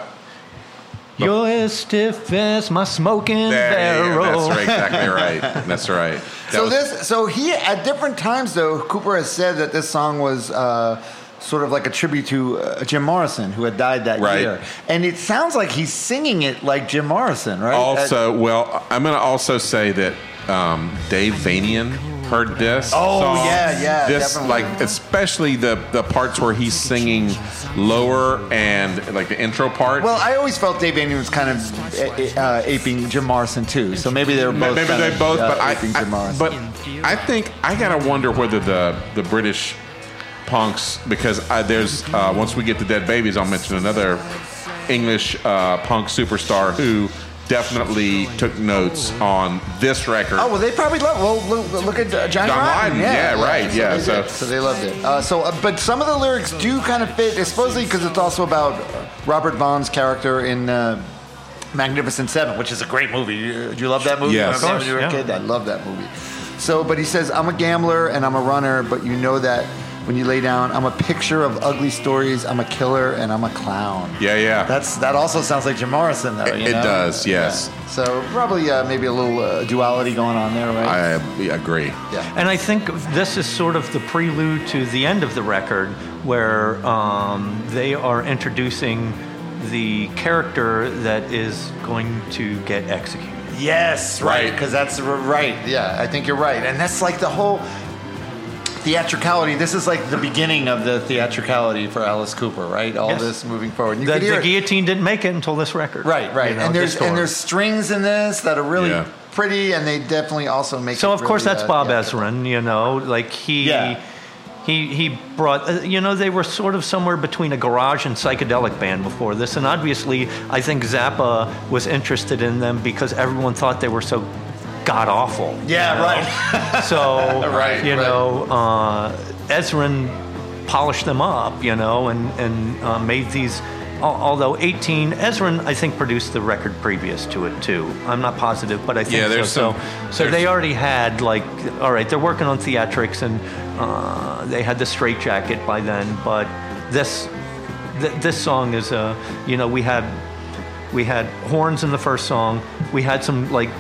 Speaker 6: You're as stiff as my smoking
Speaker 4: there, you go.
Speaker 6: barrel.
Speaker 4: that's right, exactly right. That's right. That
Speaker 3: so
Speaker 4: was-
Speaker 3: this, so he at different times though, Cooper has said that this song was uh, sort of like a tribute to uh, Jim Morrison, who had died that
Speaker 4: Right.
Speaker 3: year, and it sounds like he's singing it like Jim Morrison, right? Uh,
Speaker 4: also, well, I'm going to also say that um, Dave Vanian heard this.
Speaker 3: Oh,
Speaker 4: song.
Speaker 3: yeah, yeah,
Speaker 4: This
Speaker 3: definitely.
Speaker 4: like especially the the parts where he's singing lower and like the intro part.
Speaker 3: well, I always felt Dave Anion was kind of uh, uh, aping Jim Morrison too, so maybe they were both.
Speaker 4: maybe
Speaker 3: kind
Speaker 4: they
Speaker 3: of,
Speaker 4: both,
Speaker 3: uh,
Speaker 4: but I,
Speaker 3: aping Jim
Speaker 4: I
Speaker 3: Morrison.
Speaker 4: but I think I gotta wonder whether the the British punks because I, there's uh, once we get to Dead Babies, I'll mention another English uh, punk superstar who definitely took notes on this record.
Speaker 3: Oh well, they probably love. Well, look, look at uh, John,
Speaker 4: John
Speaker 3: Lydon.
Speaker 4: Lydon, yeah, right, yeah,
Speaker 3: they
Speaker 4: so-
Speaker 3: did. so they loved it. Uh, so, uh, but some of the lyrics do kind of fit, supposedly because it's also about uh, Robert Vaughn's character in uh, Magnificent Seven, which is a great movie. You- Do you love that movie?
Speaker 4: Yes.
Speaker 3: Remember
Speaker 6: Of course,
Speaker 3: when you were a
Speaker 6: yeah.
Speaker 3: kid, I love that movie. So, but he says, "I'm a gambler and I'm a runner, but you know that." When you lay down, I'm a picture of ugly stories. I'm a killer and I'm a clown.
Speaker 4: Yeah, yeah.
Speaker 3: That's that also sounds like Jim Morrison, though.
Speaker 4: It-
Speaker 3: you
Speaker 4: it
Speaker 3: know?
Speaker 4: does, yes.
Speaker 3: Yeah. So probably uh, maybe a little uh, duality going on there, right?
Speaker 4: I agree.
Speaker 3: Yeah.
Speaker 6: And I think this is sort of the prelude to the end of the record, where um, they are introducing the character that is going to get executed.
Speaker 3: Yes, right.
Speaker 4: Right.
Speaker 3: Because that's r- right. Yeah, I think you're right. And that's like the whole theatricality. This is like the beginning of the theatricality for Alice Cooper, right? All
Speaker 6: Yes.
Speaker 3: this moving forward. And You
Speaker 6: The,
Speaker 3: could hear
Speaker 6: the
Speaker 3: it-
Speaker 6: guillotine didn't make it until this record.
Speaker 3: Right, right.
Speaker 6: You know,
Speaker 3: and there's
Speaker 6: Distorted.
Speaker 3: and there's strings in this that are really
Speaker 4: Yeah.
Speaker 3: pretty, and they definitely also make.
Speaker 6: So
Speaker 3: it
Speaker 6: of course
Speaker 3: really,
Speaker 6: that's
Speaker 3: uh,
Speaker 6: Bob
Speaker 3: yeah.
Speaker 6: Ezrin, you know, like he
Speaker 3: Yeah.
Speaker 6: he he brought uh, you know they were sort of somewhere between a garage and psychedelic band before this and obviously I think Zappa was interested in them because everyone thought they were so god awful.
Speaker 3: Yeah, right.
Speaker 6: So
Speaker 3: Right,
Speaker 6: you
Speaker 3: right.
Speaker 6: know uh, Ezrin polished them up, you know, and and uh, made these al- Although 18, Ezrin, I think, produced the record previous to it too. I'm not positive, but I think so.
Speaker 4: Yeah, there's
Speaker 6: so,
Speaker 4: some-
Speaker 6: so
Speaker 4: there's-
Speaker 6: they already had like, all right, they're working on theatrics, and uh, they had the straitjacket by then. But this th- this song is a, you know, we had we had horns in the first song. We had some like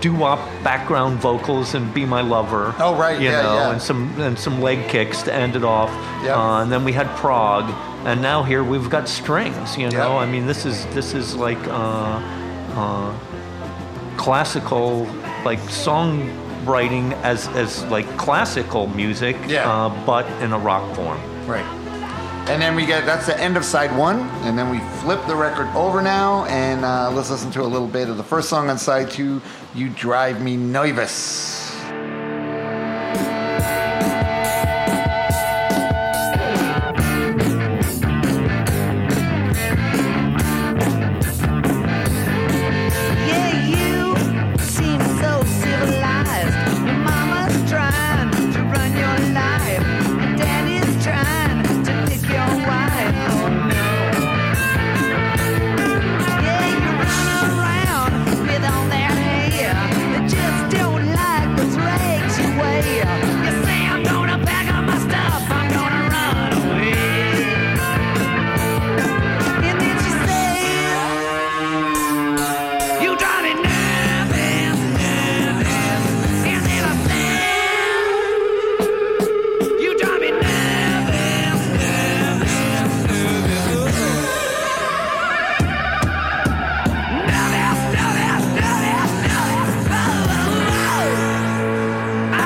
Speaker 6: doo-wop background vocals and "Be My Lover."
Speaker 3: Oh, right,
Speaker 6: you
Speaker 3: yeah,
Speaker 6: know,
Speaker 3: yeah.
Speaker 6: and some and some leg kicks to end it off.
Speaker 3: Yeah.
Speaker 6: Uh, and then we had Prague, and now here we've got strings. You know,
Speaker 3: Yeah.
Speaker 6: I mean, this is this is like uh, uh, classical, like song writing as as like classical music
Speaker 3: Yeah.
Speaker 6: uh, but in a rock form
Speaker 3: Right. And then we get that's the end of side one, and then we flip the record over now, and uh, let's listen to a little bit of the first song on side two, "You Drive Me Nervous."
Speaker 8: Yeah, you seem so civilized. Your mama's trying to run your life. Your daddy's trying to pick your wife. Oh no. Yeah, you run around with all that hair. They just don't like those legs you wear. You say I'm gonna pack up my stuff, I'm gonna run away. And then she says. You drive me nervous, nervous. And then I say, you drive me nervous, nervous, nervous. Nervous, nervous, nervous, nervous. Oh, oh, oh.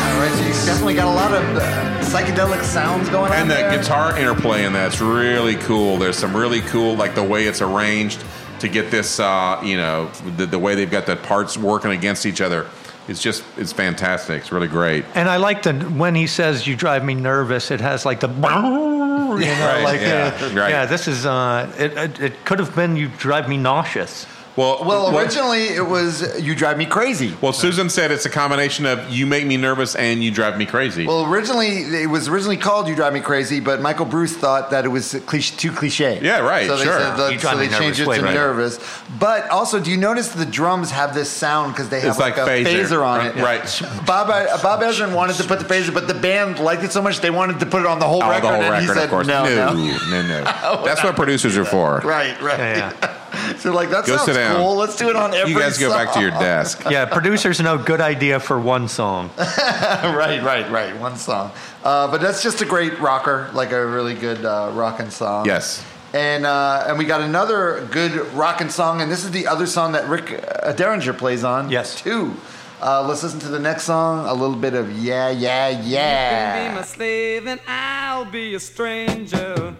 Speaker 3: All right, so you definitely got a lot of uh, psychedelic sounds going on
Speaker 4: And that
Speaker 3: there.
Speaker 4: guitar interplay in that's really cool. There's some really cool, like the way it's arranged to get this, uh, you know, the, the way they've got the parts working against each other. It's just, it's fantastic. It's really great.
Speaker 6: and i like the when he says you drive me nervous it has like the you know,
Speaker 4: Right,
Speaker 6: like
Speaker 4: yeah,
Speaker 6: uh,
Speaker 4: right.
Speaker 6: yeah this is uh, it, it, it could have been you drive me nauseous
Speaker 4: Well,
Speaker 3: Well,
Speaker 4: what-
Speaker 3: originally it was "You Drive Me Crazy."
Speaker 4: well, Susan said it's a combination of you make me nervous and you drive me crazy.
Speaker 3: Well, originally it was originally called "You Drive Me Crazy," but Michael Bruce thought that it was cliche, too cliche.
Speaker 4: Yeah, right,
Speaker 3: So they,
Speaker 4: sure.
Speaker 3: said that-
Speaker 6: You
Speaker 3: so
Speaker 6: Drive
Speaker 3: they
Speaker 6: Me
Speaker 3: changed
Speaker 6: Nervous,
Speaker 3: it to
Speaker 6: wait, right.
Speaker 3: "Nervous." But also, do you notice the drums have this sound because they have
Speaker 4: it's like,
Speaker 3: a
Speaker 4: phaser.
Speaker 3: phaser, on it?
Speaker 4: Right.
Speaker 3: Bob uh, Bob Ezrin wanted to put the phaser, but the band liked it so much they wanted to put it on the whole
Speaker 4: Oh,
Speaker 3: record,
Speaker 4: the whole
Speaker 3: and he
Speaker 4: record,
Speaker 3: said,
Speaker 4: of course.
Speaker 3: "No, no,
Speaker 4: no. no. That's what producers are for.
Speaker 3: right, right."
Speaker 6: Yeah,
Speaker 3: so like that
Speaker 4: Go sit
Speaker 3: sounds
Speaker 4: down.
Speaker 3: cool. Let's do it on every.
Speaker 4: You guys go back to your
Speaker 3: song.
Speaker 4: desk.
Speaker 6: yeah producers know good idea for one song
Speaker 3: right, right, right. One song, uh, but that's just a great rocker, like a really good uh, rockin' song.
Speaker 4: Yes.
Speaker 3: and uh, and we got another good rockin' song, and this is the other song that Rick uh, Derringer plays on.
Speaker 6: Yes.
Speaker 3: too. Uh, let's listen to the next song. A little bit of yeah, yeah,
Speaker 7: can be my
Speaker 3: yeah.
Speaker 7: slave and I'll be a stranger.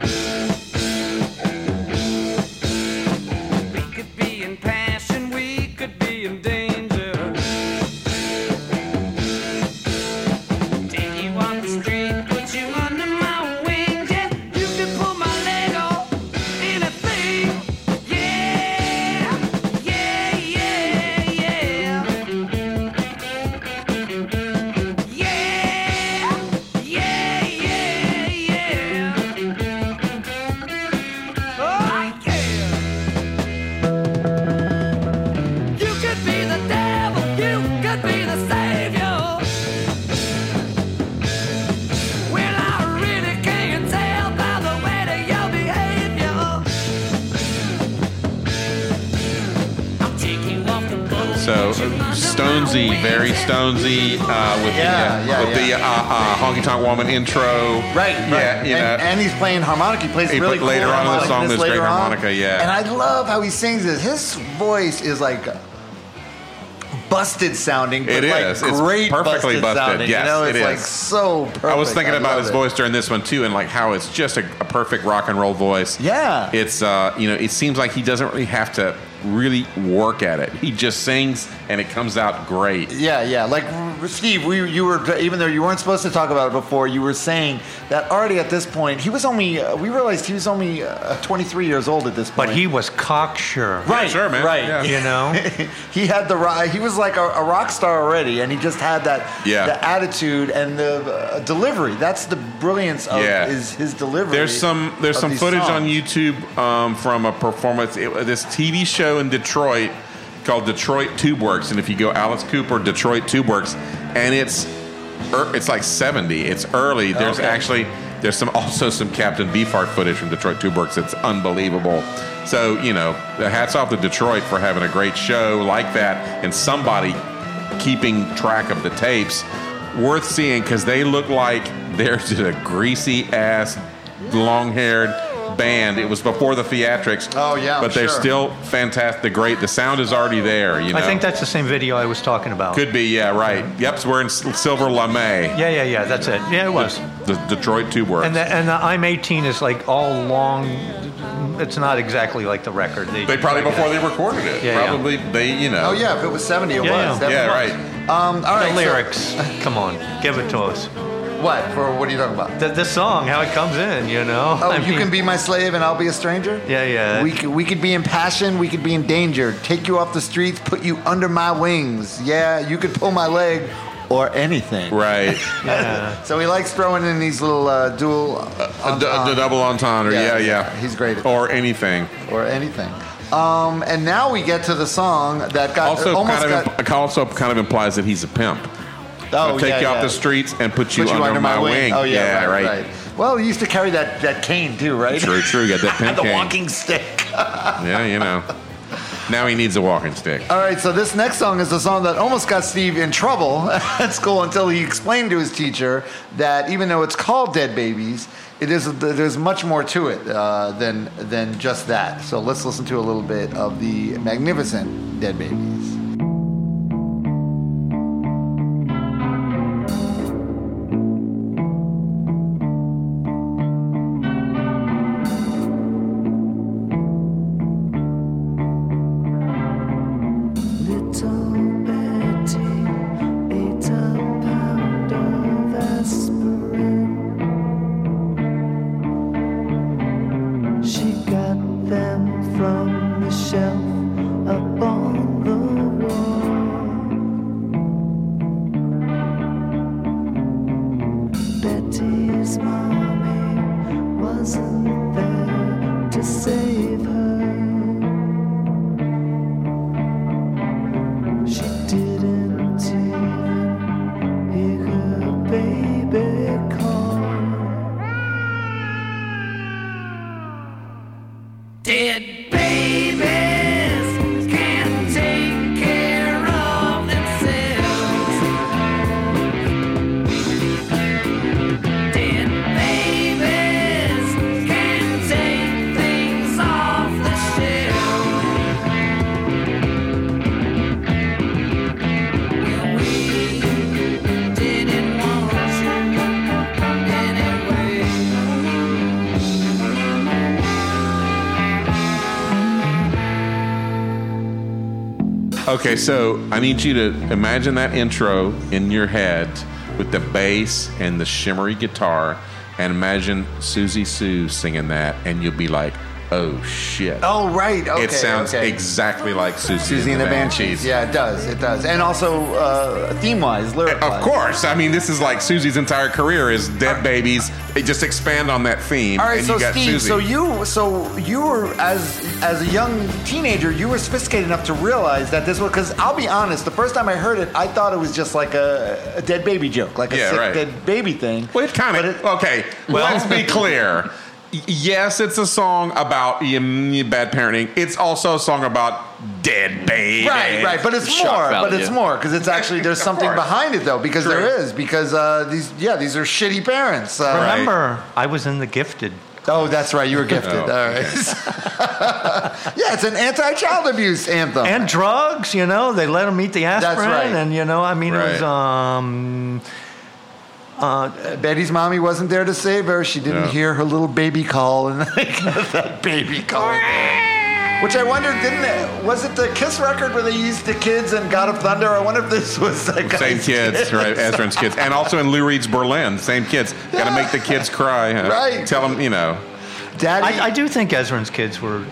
Speaker 7: We could be in passion, we could be in danger. Take you on the street, put you under my wing, yeah. You could pull my leg off, anything. Yeah, yeah, yeah, yeah.
Speaker 8: Yeah, yeah, yeah, yeah. Oh yeah. You could be the devil. You could be the savior. Well, I really can't tell by the way that your behavior. I'll take you off the boat.
Speaker 4: So Stonesy, very Stonesy, uh, with
Speaker 3: Yeah,
Speaker 4: the, uh,
Speaker 3: yeah,
Speaker 4: with the uh, uh, honky tonk woman intro.
Speaker 3: Right,
Speaker 4: Yeah,
Speaker 3: right.
Speaker 4: you
Speaker 3: and,
Speaker 4: know.
Speaker 3: and he's playing harmonica. He plays
Speaker 4: He
Speaker 3: really
Speaker 4: played later
Speaker 3: cool
Speaker 4: on in the
Speaker 3: harmonica
Speaker 4: song,
Speaker 3: this
Speaker 4: there's
Speaker 3: later
Speaker 4: great
Speaker 3: on.
Speaker 4: harmonica, yeah.
Speaker 3: And I love how he sings this. His voice is like busted sounding, but
Speaker 4: It
Speaker 3: like
Speaker 4: is. It's
Speaker 3: great busted,
Speaker 4: perfectly busted.
Speaker 3: sounding.
Speaker 4: Yes,
Speaker 3: you know,
Speaker 4: it
Speaker 3: it's like
Speaker 4: is.
Speaker 3: so perfect.
Speaker 4: I was thinking about
Speaker 3: love
Speaker 4: his
Speaker 3: it.
Speaker 4: voice during this one too, and like how it's just a, a perfect rock and roll voice.
Speaker 3: Yeah.
Speaker 4: it's uh, you know, it seems like he doesn't really have to really work at it. He just sings, and it comes out great.
Speaker 3: Yeah, yeah. Like r- Steve, we you were even though you weren't supposed to talk about it before, you were saying that already at this point he was only. Uh, we realized he was only uh, 23 years old at this point.
Speaker 6: But he was cocksure.
Speaker 3: Right,
Speaker 4: sure, man.
Speaker 3: Right.
Speaker 4: Yeah.
Speaker 6: You know?
Speaker 3: he had the ri- he was like a, a rock star already, and he just had that
Speaker 4: Yeah.
Speaker 3: the attitude and the uh, delivery. That's the brilliance of
Speaker 4: Yeah.
Speaker 3: is his delivery.
Speaker 4: There's some there's
Speaker 3: of
Speaker 4: some
Speaker 3: these
Speaker 4: footage
Speaker 3: songs.
Speaker 4: on YouTube um, from a performance. It, this TV show in Detroit called Detroit Tube Works, and if you go Alice Cooper Detroit Tube Works, and it's er, it's like 70. It's early. There's
Speaker 3: Okay.
Speaker 4: actually there's some also some Captain Beefheart footage from Detroit Tube Works. It's unbelievable. So you know, hats off to Detroit for having a great show like that, and somebody keeping track of the tapes. Worth seeing because they look like they're just a greasy ass, long haired band. It was before the theatrics.
Speaker 3: Oh, yeah, I'm
Speaker 4: but they're
Speaker 3: sure.
Speaker 4: still fantastic. Great. The sound is already there. You know,
Speaker 6: I think that's the same video I was talking about.
Speaker 4: could be. Yeah, right. Yep, so we're in S- Silver Lame.
Speaker 6: Yeah, yeah, yeah. That's it. Yeah, it was.
Speaker 4: The Detroit Tube Works.
Speaker 6: And the, and the I'm 18 is like all long. It's not exactly like the record.
Speaker 4: They probably before they recorded it.
Speaker 6: Yeah, yeah.
Speaker 4: probably they, you know.
Speaker 3: Oh yeah, if it was 70, it
Speaker 6: Yeah, yeah.
Speaker 3: was. That
Speaker 4: Yeah,
Speaker 3: was-
Speaker 4: right.
Speaker 3: Um, all right.
Speaker 6: the
Speaker 3: so-
Speaker 6: lyrics. Come on, give it to us.
Speaker 3: what for? What are you talking about?
Speaker 6: The, the song, how it comes in, you know.
Speaker 3: Oh,
Speaker 6: I
Speaker 3: you
Speaker 6: mean,
Speaker 3: can be my slave and I'll be a stranger?
Speaker 6: Yeah, yeah.
Speaker 3: We, c- we could be in passion, we could be in danger, take you off the streets, put you under my wings. Yeah, you could pull my leg or anything.
Speaker 4: Right.
Speaker 6: Yeah.
Speaker 3: So he likes throwing in these little uh, dual
Speaker 4: A d- a double entendre.
Speaker 3: Yeah,
Speaker 4: Yeah, yeah.
Speaker 3: yeah. He's great at
Speaker 4: Or anything.
Speaker 3: or anything. Um, and now we get to the song that got
Speaker 4: Also,
Speaker 3: Uh, almost
Speaker 4: kind of
Speaker 3: got,
Speaker 4: imp- also kind of implies that he's a pimp.
Speaker 3: oh,
Speaker 4: I'll take
Speaker 3: yeah,
Speaker 4: you off
Speaker 3: yeah.
Speaker 4: the streets and put you,
Speaker 3: Put
Speaker 4: under, my, wing.
Speaker 3: Oh yeah, right, right. Well, he used to carry that, that cane too, right?
Speaker 4: True, true. Got that pimp
Speaker 3: the
Speaker 4: cane.
Speaker 3: walking stick.
Speaker 4: Yeah, you know. Now he needs a walking stick.
Speaker 3: All right, so this next song is a song that almost got Steve in trouble at school until he explained to his teacher that even though it's called Dead Babies, it is there's much more to it uh, than than just that. So let's listen to a little bit of the magnificent Dead Babies.
Speaker 9: Little Betty ate a pound of aspirin. She got them from the shelf up on the wall. Betty's mommy wasn't there to save her. She didn't even hear her baby call.
Speaker 7: Dead babies can't take care of themselves. Dead babies can't take things off the shelf. We didn't want you anyway.
Speaker 4: Okay, so I need you to imagine that intro in your head with the bass and the shimmery guitar, and imagine Susie Sue singing that, and you'll be like, "Oh shit!"
Speaker 3: Oh right, okay.
Speaker 4: it sounds
Speaker 3: okay.
Speaker 4: exactly like Susie,
Speaker 3: Susie and the Banshees. Yeah, it does. It does. And also uh, theme wise, lyric
Speaker 4: Of course, I mean this is like Susie's entire career is dead babies. They just expand on that theme.
Speaker 3: All right,
Speaker 4: and
Speaker 3: so
Speaker 4: you got
Speaker 3: Steve,
Speaker 4: Susie.
Speaker 3: so you, so you were as as a young teenager, you were sophisticated enough to realize that this was because I'll be honest, the first time I heard it, I thought it was just like a, a dead baby joke, like a
Speaker 4: Yeah,
Speaker 3: sick
Speaker 4: right.
Speaker 3: dead baby thing.
Speaker 4: Well, it kind
Speaker 3: But
Speaker 4: of okay. let's be clear. Y- Yes, it's a song about um, bad parenting. It's also a song about dead baby.
Speaker 3: Right, right, but it's
Speaker 5: Shock
Speaker 3: more,
Speaker 5: value,
Speaker 3: but it's
Speaker 5: yeah.
Speaker 3: more because it's actually there's
Speaker 4: Of
Speaker 3: something
Speaker 4: course.
Speaker 3: behind it though because
Speaker 4: True.
Speaker 3: there is because uh, these yeah these are shitty parents. Uh,
Speaker 4: Right.
Speaker 6: Remember, I was in the gifted.
Speaker 3: Oh, that's right. You were gifted.
Speaker 4: Oh,
Speaker 3: All right. yeah, it's an anti-child abuse anthem.
Speaker 6: and drugs. You know, they let them eat the aspirin,
Speaker 3: right.
Speaker 6: and you know, I mean, it was
Speaker 4: Right.
Speaker 6: um,
Speaker 3: Betty's mommy wasn't there to save her. She didn't
Speaker 4: Yeah.
Speaker 3: hear her little baby call, and that baby call. Which I wonder, didn't it, was it the Kiss record where they used the kids and God of Thunder? I wonder if this was that guy's
Speaker 4: Same kids, right? Ezrin's kids, and also in Lou Reed's Berlin, same kids. Got to make the kids cry. huh?
Speaker 3: Right.
Speaker 4: Tell them, you know.
Speaker 3: Daddy.
Speaker 6: I, I do think Ezrin's kids were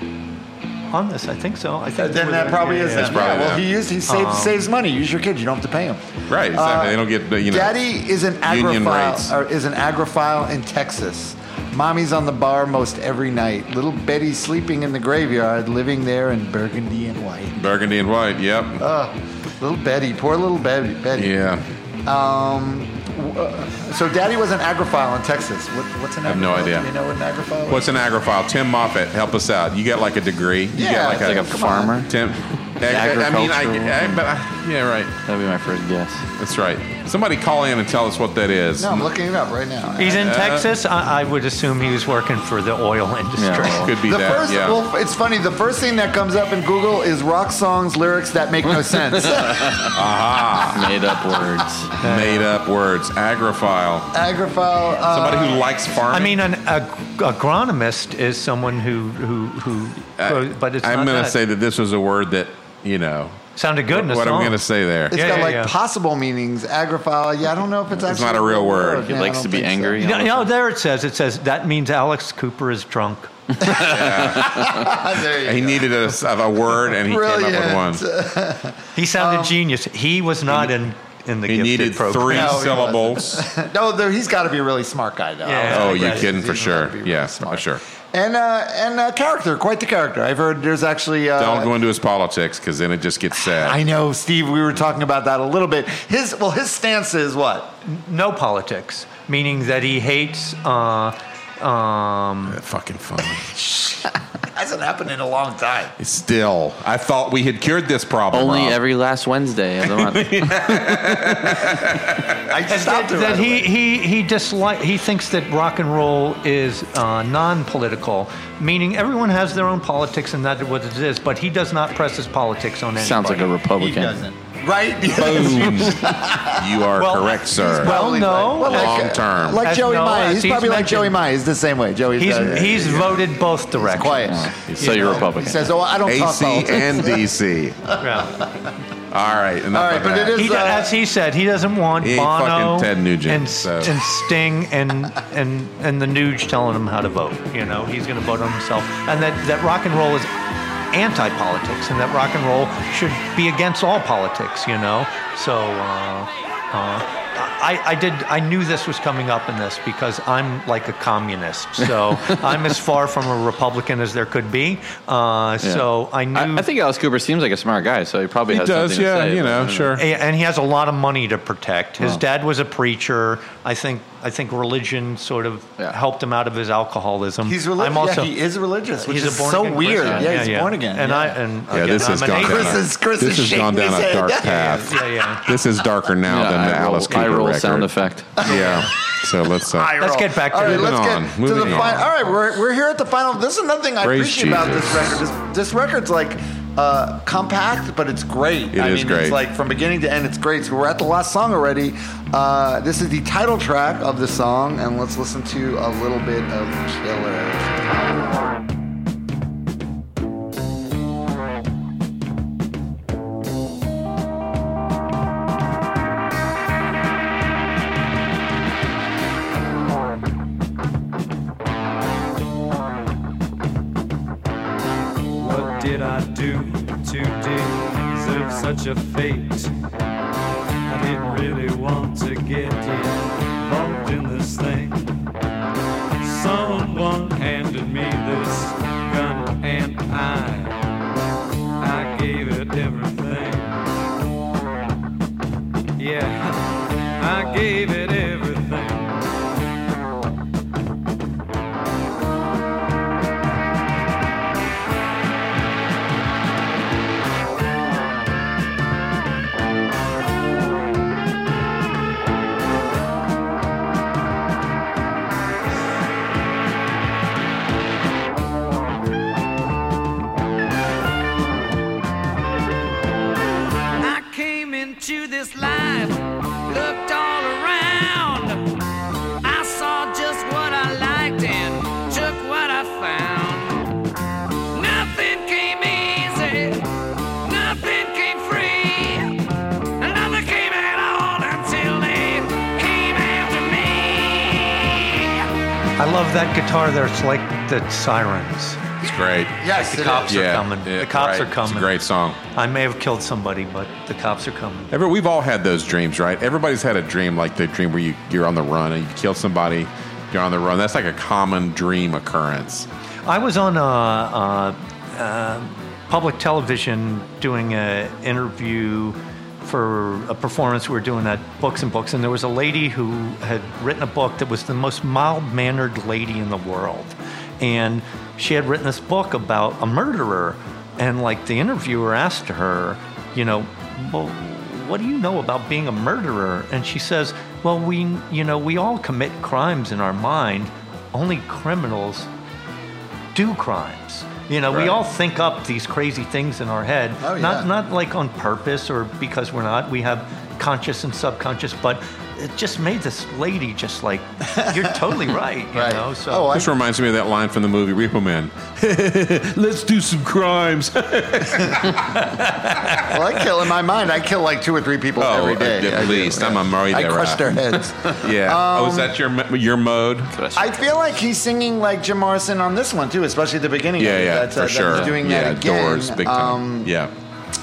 Speaker 6: on this. I think so. I think they
Speaker 3: uh, then
Speaker 6: were
Speaker 3: that
Speaker 6: there.
Speaker 3: probably
Speaker 6: Yeah,
Speaker 3: is.
Speaker 6: yeah,
Speaker 3: them.
Speaker 6: Um, yeah.
Speaker 4: probably
Speaker 3: yeah, well,
Speaker 4: them.
Speaker 3: he used he saved, saves money. Use your kids. You don't have to pay them.
Speaker 4: Right. Exactly. they don't get the, you know.
Speaker 3: Uh, Daddy is an
Speaker 4: Union
Speaker 3: agrophile,
Speaker 4: rates.
Speaker 3: or is an agrophile in Texas. Mommy's on the bar most every night. Little Betty sleeping in the graveyard, living there in burgundy and white.
Speaker 4: Burgundy and white. Yep.
Speaker 3: Uh. Little Betty, poor little Betty. Betty.
Speaker 4: yeah.
Speaker 3: Um, w- uh, so Daddy was an agrophile in Texas. What, what's an agrophile?
Speaker 4: have no idea.
Speaker 3: Do you know what an agrophile is?
Speaker 4: What's an agrophile? Tim Moffat, help us out. You got like a degree. You
Speaker 3: Yeah,
Speaker 4: got
Speaker 3: like
Speaker 4: like
Speaker 3: a
Speaker 4: a,
Speaker 3: farmer.
Speaker 4: Tim. I, I mean, I, I,
Speaker 5: Agricultural.
Speaker 4: but I, yeah, right.
Speaker 5: That'd be my first guess.
Speaker 4: That's right. Somebody call in and tell us what that is.
Speaker 3: No, I'm looking it up right now.
Speaker 6: He's in
Speaker 4: Uh,
Speaker 6: Texas. I, I would assume he was working for the oil industry.
Speaker 5: Yeah.
Speaker 4: Could be
Speaker 3: the
Speaker 4: that.
Speaker 3: first,
Speaker 4: yeah.
Speaker 3: well, it's funny. The first thing that comes up in Google is rock songs lyrics that make no sense.
Speaker 5: Made up words.
Speaker 4: Made up words. Agrophile.
Speaker 3: Agrophile. Uh,
Speaker 4: Somebody who likes farming.
Speaker 6: I mean, an ag- agronomist is someone who who who, grows- but it's
Speaker 4: Uh, I'm
Speaker 6: not
Speaker 4: gonna
Speaker 6: that.
Speaker 4: say that this was a word that you know.
Speaker 6: sounded good in a
Speaker 4: what
Speaker 6: song.
Speaker 4: I'm gonna say there.
Speaker 3: It's
Speaker 6: Yeah,
Speaker 3: got
Speaker 6: yeah,
Speaker 3: like
Speaker 6: yeah.
Speaker 3: possible meanings. Agrophile. Yeah, I don't know if it's actually. Oh,
Speaker 4: not a real word.
Speaker 5: He
Speaker 3: Yeah, I
Speaker 5: likes
Speaker 3: don't
Speaker 5: to be
Speaker 3: think so.
Speaker 5: angry.
Speaker 6: No, no, there it says. It says that means Alex Cooper is drunk.
Speaker 3: there you
Speaker 4: He needed a, a word and he came up
Speaker 3: Brilliant.
Speaker 4: with one.
Speaker 6: He sounded genius. He was not in in the
Speaker 4: Um, He
Speaker 6: gifted
Speaker 4: needed
Speaker 6: program.
Speaker 4: three
Speaker 3: No, he
Speaker 4: syllables.
Speaker 3: go. No, there, he's got to be a really smart guy though.
Speaker 6: Yeah.
Speaker 4: Oh,
Speaker 6: Right.
Speaker 4: you kidding for
Speaker 3: He's
Speaker 4: sure?
Speaker 3: gotta be really
Speaker 4: yeah, for
Speaker 3: smart.
Speaker 4: sure.
Speaker 3: And uh, and uh, character, quite the character. I've heard there's actually. Uh,
Speaker 4: Don't go into his politics because then it just gets sad.
Speaker 3: I know, Steve. We were talking about that a little bit. His well, his stance is what?
Speaker 6: No politics, meaning that he hates. Uh, um,
Speaker 4: That fucking funny.
Speaker 3: Hasn't happened in a long time.
Speaker 4: Still, I thought we had cured this problem.
Speaker 5: Only
Speaker 4: Rob.
Speaker 5: every last Wednesday of the month.
Speaker 3: I stopped it.
Speaker 6: that
Speaker 3: right
Speaker 6: he
Speaker 3: away.
Speaker 6: he he dislike he thinks that rock and roll is uh, non-political, meaning everyone has their own politics and that's what it is. But he does not press his politics on anybody.
Speaker 5: Sounds like a
Speaker 3: He
Speaker 5: Republican.
Speaker 3: doesn't. Right?
Speaker 4: Boom. you are
Speaker 6: Well,
Speaker 4: correct, sir.
Speaker 6: well,
Speaker 3: Probably
Speaker 6: no.
Speaker 3: right. Well,
Speaker 4: Long
Speaker 3: like, uh,
Speaker 4: term.
Speaker 3: Like
Speaker 6: As
Speaker 3: Joey
Speaker 6: no,
Speaker 3: Maya.
Speaker 6: as
Speaker 3: He's
Speaker 6: he's
Speaker 3: probably like Joey
Speaker 6: mentioned-
Speaker 3: Maya. He's the same way. Joey's
Speaker 6: He's
Speaker 3: uh,
Speaker 6: he's voted both directions.
Speaker 3: quiet.
Speaker 5: So you're Republican.
Speaker 3: He says, "Oh, I don't talk
Speaker 4: AC
Speaker 3: politics."
Speaker 4: and DC.
Speaker 6: Yeah.
Speaker 4: All right. Enough
Speaker 3: All right,
Speaker 4: of
Speaker 3: but it
Speaker 4: that.
Speaker 3: is- uh,
Speaker 6: He do- as he said, he doesn't want
Speaker 4: uh, He ain't
Speaker 6: Bono
Speaker 4: fucking Ted Nugent,
Speaker 6: and,
Speaker 4: so.
Speaker 6: and Sting and and and the Nuge telling him how to vote. You know, he's going to vote on himself, and that that rock and roll is anti-politics, and that rock and roll should be against all politics. You know, so. Uh, uh, I, I did. I knew this was coming up in this because I'm like a communist, so I'm as far from a Republican as there could be. Uh, So I knew.
Speaker 5: I, I think Alice Cooper seems like a smart guy, so he probably
Speaker 4: He
Speaker 5: has
Speaker 4: does,
Speaker 5: something to
Speaker 4: yeah.
Speaker 5: say,
Speaker 4: You
Speaker 5: but I
Speaker 4: know,
Speaker 5: don't
Speaker 4: sure.
Speaker 6: A- and he has a lot of money to protect. His dad was a preacher. I think I think religion sort of
Speaker 5: Yeah.
Speaker 6: helped him out of his alcoholism.
Speaker 3: He's religious.
Speaker 6: I'm also
Speaker 3: yeah, he is religious, which
Speaker 6: he's a
Speaker 3: is
Speaker 6: born
Speaker 3: so
Speaker 6: again
Speaker 3: weird.
Speaker 6: Christian.
Speaker 3: Yeah, he's born again.
Speaker 6: And
Speaker 3: yeah.
Speaker 6: I and
Speaker 4: yeah,
Speaker 6: again,
Speaker 4: this
Speaker 6: I'm
Speaker 4: has
Speaker 6: an
Speaker 4: gone down.
Speaker 6: atheist.
Speaker 3: atheist.
Speaker 4: a-
Speaker 3: This is- Chris
Speaker 4: this
Speaker 3: is
Speaker 4: has gone
Speaker 3: shaking his
Speaker 4: down a
Speaker 3: head.
Speaker 4: dark
Speaker 3: Yeah,
Speaker 4: path.
Speaker 6: Yeah, yeah.
Speaker 4: This is darker now
Speaker 5: Yeah,
Speaker 4: than the
Speaker 5: I roll,
Speaker 4: Alice Cooper
Speaker 5: I roll
Speaker 4: record.
Speaker 5: sound effect.
Speaker 4: Yeah. So let's. Uh,
Speaker 6: Let's get back to
Speaker 3: All right,
Speaker 6: it.
Speaker 4: Moving
Speaker 3: let's
Speaker 4: on,
Speaker 3: get to the
Speaker 4: moving
Speaker 3: final.
Speaker 4: on.
Speaker 3: All right, we're, we're here at the final. This is another thing I
Speaker 4: Praise
Speaker 3: appreciate about this
Speaker 4: Jesus.
Speaker 3: record. This, this record's like uh, compact, but it's great.
Speaker 4: It
Speaker 3: I
Speaker 4: is
Speaker 3: mean, It's
Speaker 4: great.
Speaker 3: like from beginning to end, it's great. So we're at the last song already. Uh, this is the title track of the song, and let's listen to a little bit of Killer.
Speaker 10: What did I do to deserve such a fate? I didn't really want to get involved in this thing. Someone handed me this gun and I, I gave it everything. Yeah, I gave it everything.
Speaker 6: I love that guitar there. It's like the sirens.
Speaker 4: It's great.
Speaker 3: Yes,
Speaker 6: The
Speaker 3: it
Speaker 6: cops
Speaker 3: is.
Speaker 6: are
Speaker 4: Yeah,
Speaker 6: coming.
Speaker 4: yeah,
Speaker 6: the cops
Speaker 4: right.
Speaker 6: are coming.
Speaker 4: It's a great song.
Speaker 6: I may have killed somebody, but the cops are coming.
Speaker 4: Every, we've all had those dreams, right? Everybody's had a dream like the dream where you, you're on the run and you kill somebody, you're on the run. That's like a common dream occurrence.
Speaker 6: I was on uh, uh, uh, public television doing an interview for a performance we were doing at Books and Books, and there was a lady who had written a book that was the most mild mannered lady in the world. And she had written this book about a murderer, and like the interviewer asked her, you know, well, what do you know about being a murderer? And she says, well, we, you know, we all commit crimes in our mind. Only criminals do crimes. You know,
Speaker 4: Right.
Speaker 6: we all think up these crazy things in our head.
Speaker 3: Oh, yeah.
Speaker 6: Not, not like on purpose or because we're not. We have conscious and subconscious, but it just made this lady just like, you're totally right. You
Speaker 3: Right.
Speaker 6: know, so.
Speaker 3: Oh, I-
Speaker 4: This reminds me of that line from the movie Repo Man. Oh, Let's do some crimes.
Speaker 3: Well, I kill in my mind. I kill like two or three people
Speaker 4: Oh,
Speaker 3: every day.
Speaker 4: at- at
Speaker 3: I do,
Speaker 4: least. I'm a murderer.
Speaker 3: I Um, crush their heads.
Speaker 4: yeah. oh, is that your mo- your mode?
Speaker 3: I feel like he's singing like Jim Morrison on this one too, especially at the beginning.
Speaker 4: Yeah,
Speaker 3: of it.
Speaker 4: yeah,
Speaker 3: that's,
Speaker 4: for
Speaker 3: uh, that
Speaker 4: sure.
Speaker 3: He's doing
Speaker 4: yeah,
Speaker 3: that again.
Speaker 4: doors, big time.
Speaker 3: Um,
Speaker 4: yeah,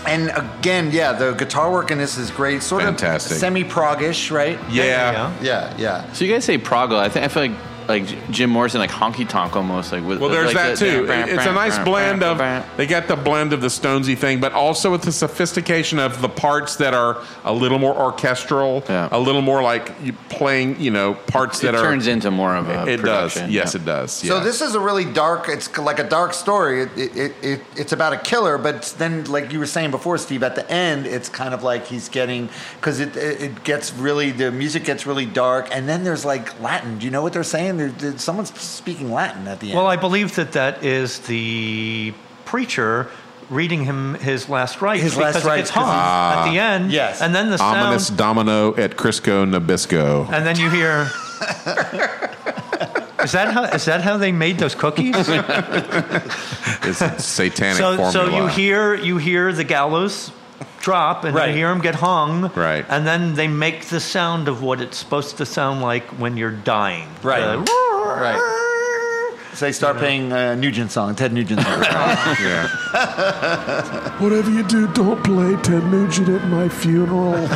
Speaker 3: And again, yeah, the guitar work in this is great. Sort
Speaker 4: Fantastic.
Speaker 3: of semi-prog-ish, right?
Speaker 4: yeah.
Speaker 6: yeah.
Speaker 3: Yeah, yeah.
Speaker 5: So you guys say Praga. I think I feel like like Jim Morrison, like honky tonk almost. Like with
Speaker 4: Well, there's
Speaker 5: like
Speaker 4: that
Speaker 5: the-
Speaker 4: too. It- it's a nice blend of they got the blend of the Stonesy thing, but also with the sophistication of the parts that are a little more orchestral,
Speaker 5: Yeah.
Speaker 4: a little more like you playing, you know, parts
Speaker 5: It
Speaker 4: that are.
Speaker 5: turns into more of a
Speaker 4: it does.
Speaker 5: production.
Speaker 4: Yes,
Speaker 5: Yeah.
Speaker 4: it does.
Speaker 3: So
Speaker 4: yeah.
Speaker 3: this is a really dark. It's like a dark story. It, it, it, it it's about a killer, but then like you were saying before, Steve, at the end, it's kind of like he's getting because it, it it gets really the music gets really dark, and then there's like Latin. Do you know what they're saying? There, there- someone's speaking Latin at the end.
Speaker 6: Well, I believe that that is the preacher reading him his last rites.
Speaker 3: His last
Speaker 6: because it
Speaker 3: rites,
Speaker 6: gets hung
Speaker 3: 'cause
Speaker 6: at the end.
Speaker 3: Yes.
Speaker 6: And then the
Speaker 4: ominous
Speaker 6: sound.
Speaker 4: domino at Crisco Nabisco.
Speaker 6: And then you hear. is that how is that how they made those cookies? so
Speaker 4: It's a satanic formula.
Speaker 6: so you hear you hear the gallows drop and
Speaker 3: Right.
Speaker 6: you hear him get hung.
Speaker 4: Right.
Speaker 6: And then they make the sound of what it's supposed to sound like when you're dying.
Speaker 3: Right.
Speaker 6: The-
Speaker 3: right. So they start playing uh, Nugent song, Ted Nugent song.
Speaker 4: Yeah.
Speaker 9: Whatever you do, don't play Ted Nugent at my funeral.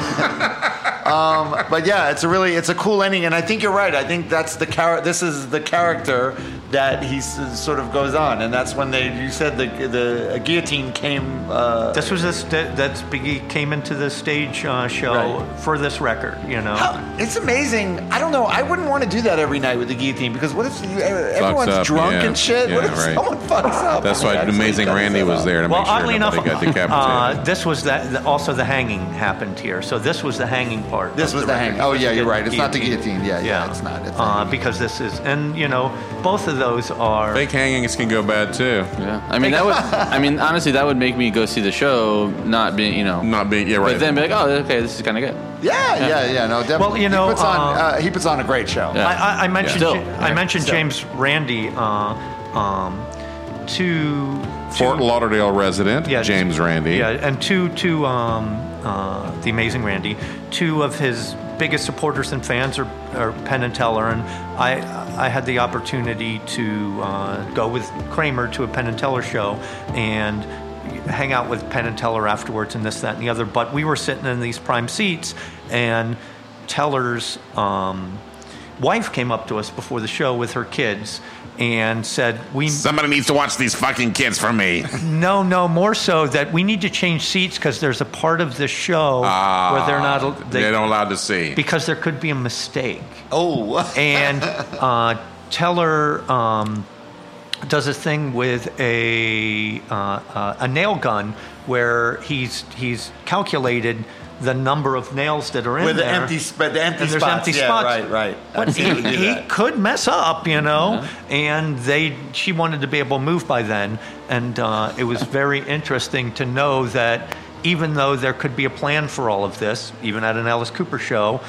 Speaker 3: but yeah, it's a really it's a cool ending, and I think you're right. I think that's the char- This is the character that he s- sort of goes on, and that's when they you said the the a guillotine came. Uh,
Speaker 6: This was this that that's Biggie came into the stage uh, show
Speaker 3: Right.
Speaker 6: for this record, you know.
Speaker 3: How- it's amazing. I don't know. I wouldn't want to do that every night with the guillotine because what if you, e, everyone's
Speaker 4: up,
Speaker 3: drunk
Speaker 4: yeah.
Speaker 3: and shit? what
Speaker 4: Yeah,
Speaker 3: if
Speaker 4: right.
Speaker 3: someone fucks up?
Speaker 4: That's
Speaker 3: I mean,
Speaker 4: why
Speaker 3: actually
Speaker 4: amazing
Speaker 3: does
Speaker 4: Randy
Speaker 3: that
Speaker 4: was
Speaker 3: up.
Speaker 4: there to
Speaker 6: Well,
Speaker 4: make sure
Speaker 6: oddly enough,
Speaker 4: nobody got decapitated.
Speaker 6: uh, this was that the, also the hanging happened here. So this was the hanging part.
Speaker 3: This
Speaker 6: of
Speaker 3: was the
Speaker 6: record.
Speaker 3: hanging. Oh, yeah, you're right. It's not the guillotine. Yeah, yeah,
Speaker 6: yeah,
Speaker 3: it's not. It's
Speaker 6: uh,
Speaker 3: hanging.
Speaker 6: because this is, and you know, both of those are.
Speaker 4: Fake hangings can go bad too.
Speaker 5: Yeah. I mean that would. I mean honestly, that would make me go see the show, not being you know.
Speaker 4: Not being yeah right.
Speaker 5: But then be like, oh, okay, this is kind of good.
Speaker 3: yeah, yeah, yeah. No, definitely.
Speaker 6: you know,
Speaker 3: he puts
Speaker 4: um,
Speaker 3: on
Speaker 6: uh,
Speaker 3: uh, he puts on a great show.
Speaker 5: Yeah.
Speaker 6: I, I, I mentioned
Speaker 5: Still.
Speaker 6: Ja- I mentioned
Speaker 3: Still.
Speaker 6: James Randy uh, um, to
Speaker 4: Fort
Speaker 6: to-
Speaker 4: Lauderdale resident James Randy.
Speaker 6: Yeah, and two, two, um, uh, the amazing Randy. Two of his biggest supporters and fans are, are Penn and Teller, and I, I had the opportunity to uh, go with Kramer to a Penn and Teller show, and hang out with Penn and Teller afterwards, and this, that, and the other. But we were sitting in these prime seats, and Teller's. Um, Wife came up to us before the show with her kids and said, "We
Speaker 4: Somebody needs to watch these fucking kids for me.
Speaker 6: no, no, more so that we need to change seats because there's a part of the show
Speaker 3: Ah,
Speaker 6: where they're not
Speaker 4: They,
Speaker 6: they,
Speaker 4: don't allowed to see.
Speaker 6: because there could be a mistake.
Speaker 3: Oh,
Speaker 6: And uh, Teller um, does a thing with a uh, uh, a nail gun where he's he's calculated the number of nails that are in
Speaker 3: with the
Speaker 6: there
Speaker 3: empty, sp- the empty
Speaker 6: and there's
Speaker 3: spots.
Speaker 6: empty
Speaker 3: yeah,
Speaker 6: spots.
Speaker 3: Right, right.
Speaker 6: But
Speaker 3: I've seen
Speaker 6: he,
Speaker 3: him do
Speaker 6: he
Speaker 3: that. Mm-hmm.
Speaker 6: could mess up, you know. And they, she wanted to be able to move by then, and uh, it was very interesting to know that even though there could be a plan for all of this, even at an Alice Cooper show,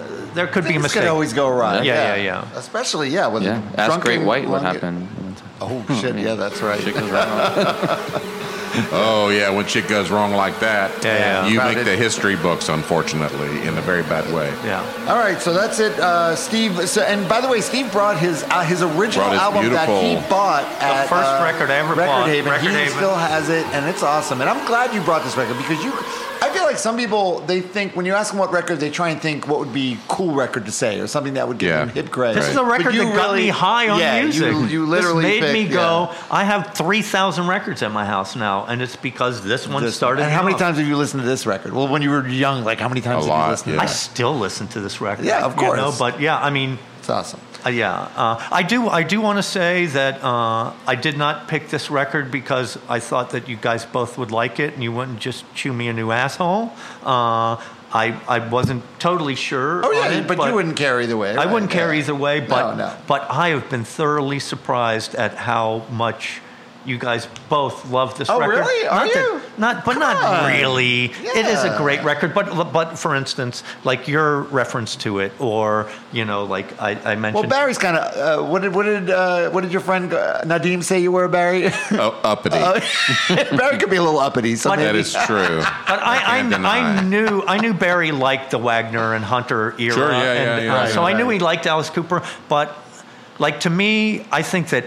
Speaker 6: uh, there could be a
Speaker 3: Things
Speaker 6: mistake.
Speaker 3: could always go wrong.
Speaker 6: Yeah, yeah, yeah.
Speaker 3: Especially, yeah, with
Speaker 5: Yeah.
Speaker 3: a
Speaker 5: Ask
Speaker 3: drunken
Speaker 5: Great White what
Speaker 3: lung-
Speaker 5: happened.
Speaker 3: Oh shit! Yeah, that's right.
Speaker 5: Chick was wrong.
Speaker 4: oh yeah, when shit goes wrong like that,
Speaker 3: yeah.
Speaker 4: you
Speaker 3: About
Speaker 4: make
Speaker 3: it.
Speaker 4: the history books, unfortunately, in a very bad way.
Speaker 6: Yeah.
Speaker 3: All right, so that's it, uh, Steve. So, and by the way, Steve brought his uh, his original
Speaker 4: Brought his
Speaker 3: album that
Speaker 4: beautiful-
Speaker 3: he bought at
Speaker 6: first
Speaker 3: uh,
Speaker 6: record I ever
Speaker 3: Record
Speaker 6: bought,
Speaker 3: Haven.
Speaker 6: Record
Speaker 3: he
Speaker 6: Haven.
Speaker 3: still has it, and it's awesome. And I'm glad you brought this record because you, I feel like some people they think when you ask them what record, they try and think what would be cool record to say or something that would give
Speaker 4: Yeah.
Speaker 3: them hit grade.
Speaker 6: This is a
Speaker 3: But
Speaker 6: record
Speaker 3: you
Speaker 6: that got
Speaker 3: really-
Speaker 6: me high on
Speaker 3: yeah,
Speaker 6: music.
Speaker 3: You, you literally
Speaker 6: this made me
Speaker 3: picked-
Speaker 6: go.
Speaker 3: yeah.
Speaker 6: I have three thousand records at my house now, and it's because this one
Speaker 3: This-
Speaker 6: started.
Speaker 3: And how
Speaker 6: me
Speaker 3: many
Speaker 6: off.
Speaker 3: times have you listened to this record? Well, when you were young, like how many times did
Speaker 4: lot,
Speaker 3: you listen?
Speaker 4: yeah.
Speaker 6: I
Speaker 3: to that?
Speaker 6: still listen to this record.
Speaker 3: Yeah, of
Speaker 6: You know,
Speaker 3: course.
Speaker 6: but yeah, I mean,
Speaker 3: It's awesome.
Speaker 6: Uh, yeah, uh, I do. I do want to say that uh, I did not pick this record because I thought that you guys both would like it, and you wouldn't just chew me a new asshole. Uh, I I wasn't totally sure.
Speaker 3: Oh yeah,
Speaker 6: on it,
Speaker 3: but, you wouldn't care either way.
Speaker 6: I
Speaker 3: right?
Speaker 6: wouldn't care
Speaker 3: Yeah.
Speaker 6: either way, but
Speaker 3: No, no.
Speaker 6: but I have been thoroughly surprised at how much you guys both love this
Speaker 3: Oh,
Speaker 6: record.
Speaker 3: really? Are
Speaker 6: not that-
Speaker 3: you?
Speaker 6: not, but
Speaker 3: Come
Speaker 6: not
Speaker 3: on.
Speaker 6: really. It is a
Speaker 3: Yeah.
Speaker 6: great record, but but for instance, like your reference to it, or you know, like I, I mentioned.
Speaker 3: Well, Barry's kind of. Uh, what did what did uh, what did your friend uh, Nadim say you were, Barry?
Speaker 4: Oh, uppity.
Speaker 6: Uh,
Speaker 3: Barry could be a little uppity. So
Speaker 4: that
Speaker 3: maybe-
Speaker 4: is true.
Speaker 6: But I, I,
Speaker 4: can't
Speaker 6: I,
Speaker 4: deny.
Speaker 6: knew I knew Barry liked the Wagner and Hunter era,
Speaker 4: Sure, yeah, yeah,
Speaker 6: and,
Speaker 4: yeah,
Speaker 6: uh,
Speaker 4: yeah.
Speaker 6: so I knew he liked Alice Cooper. But like to me, I think that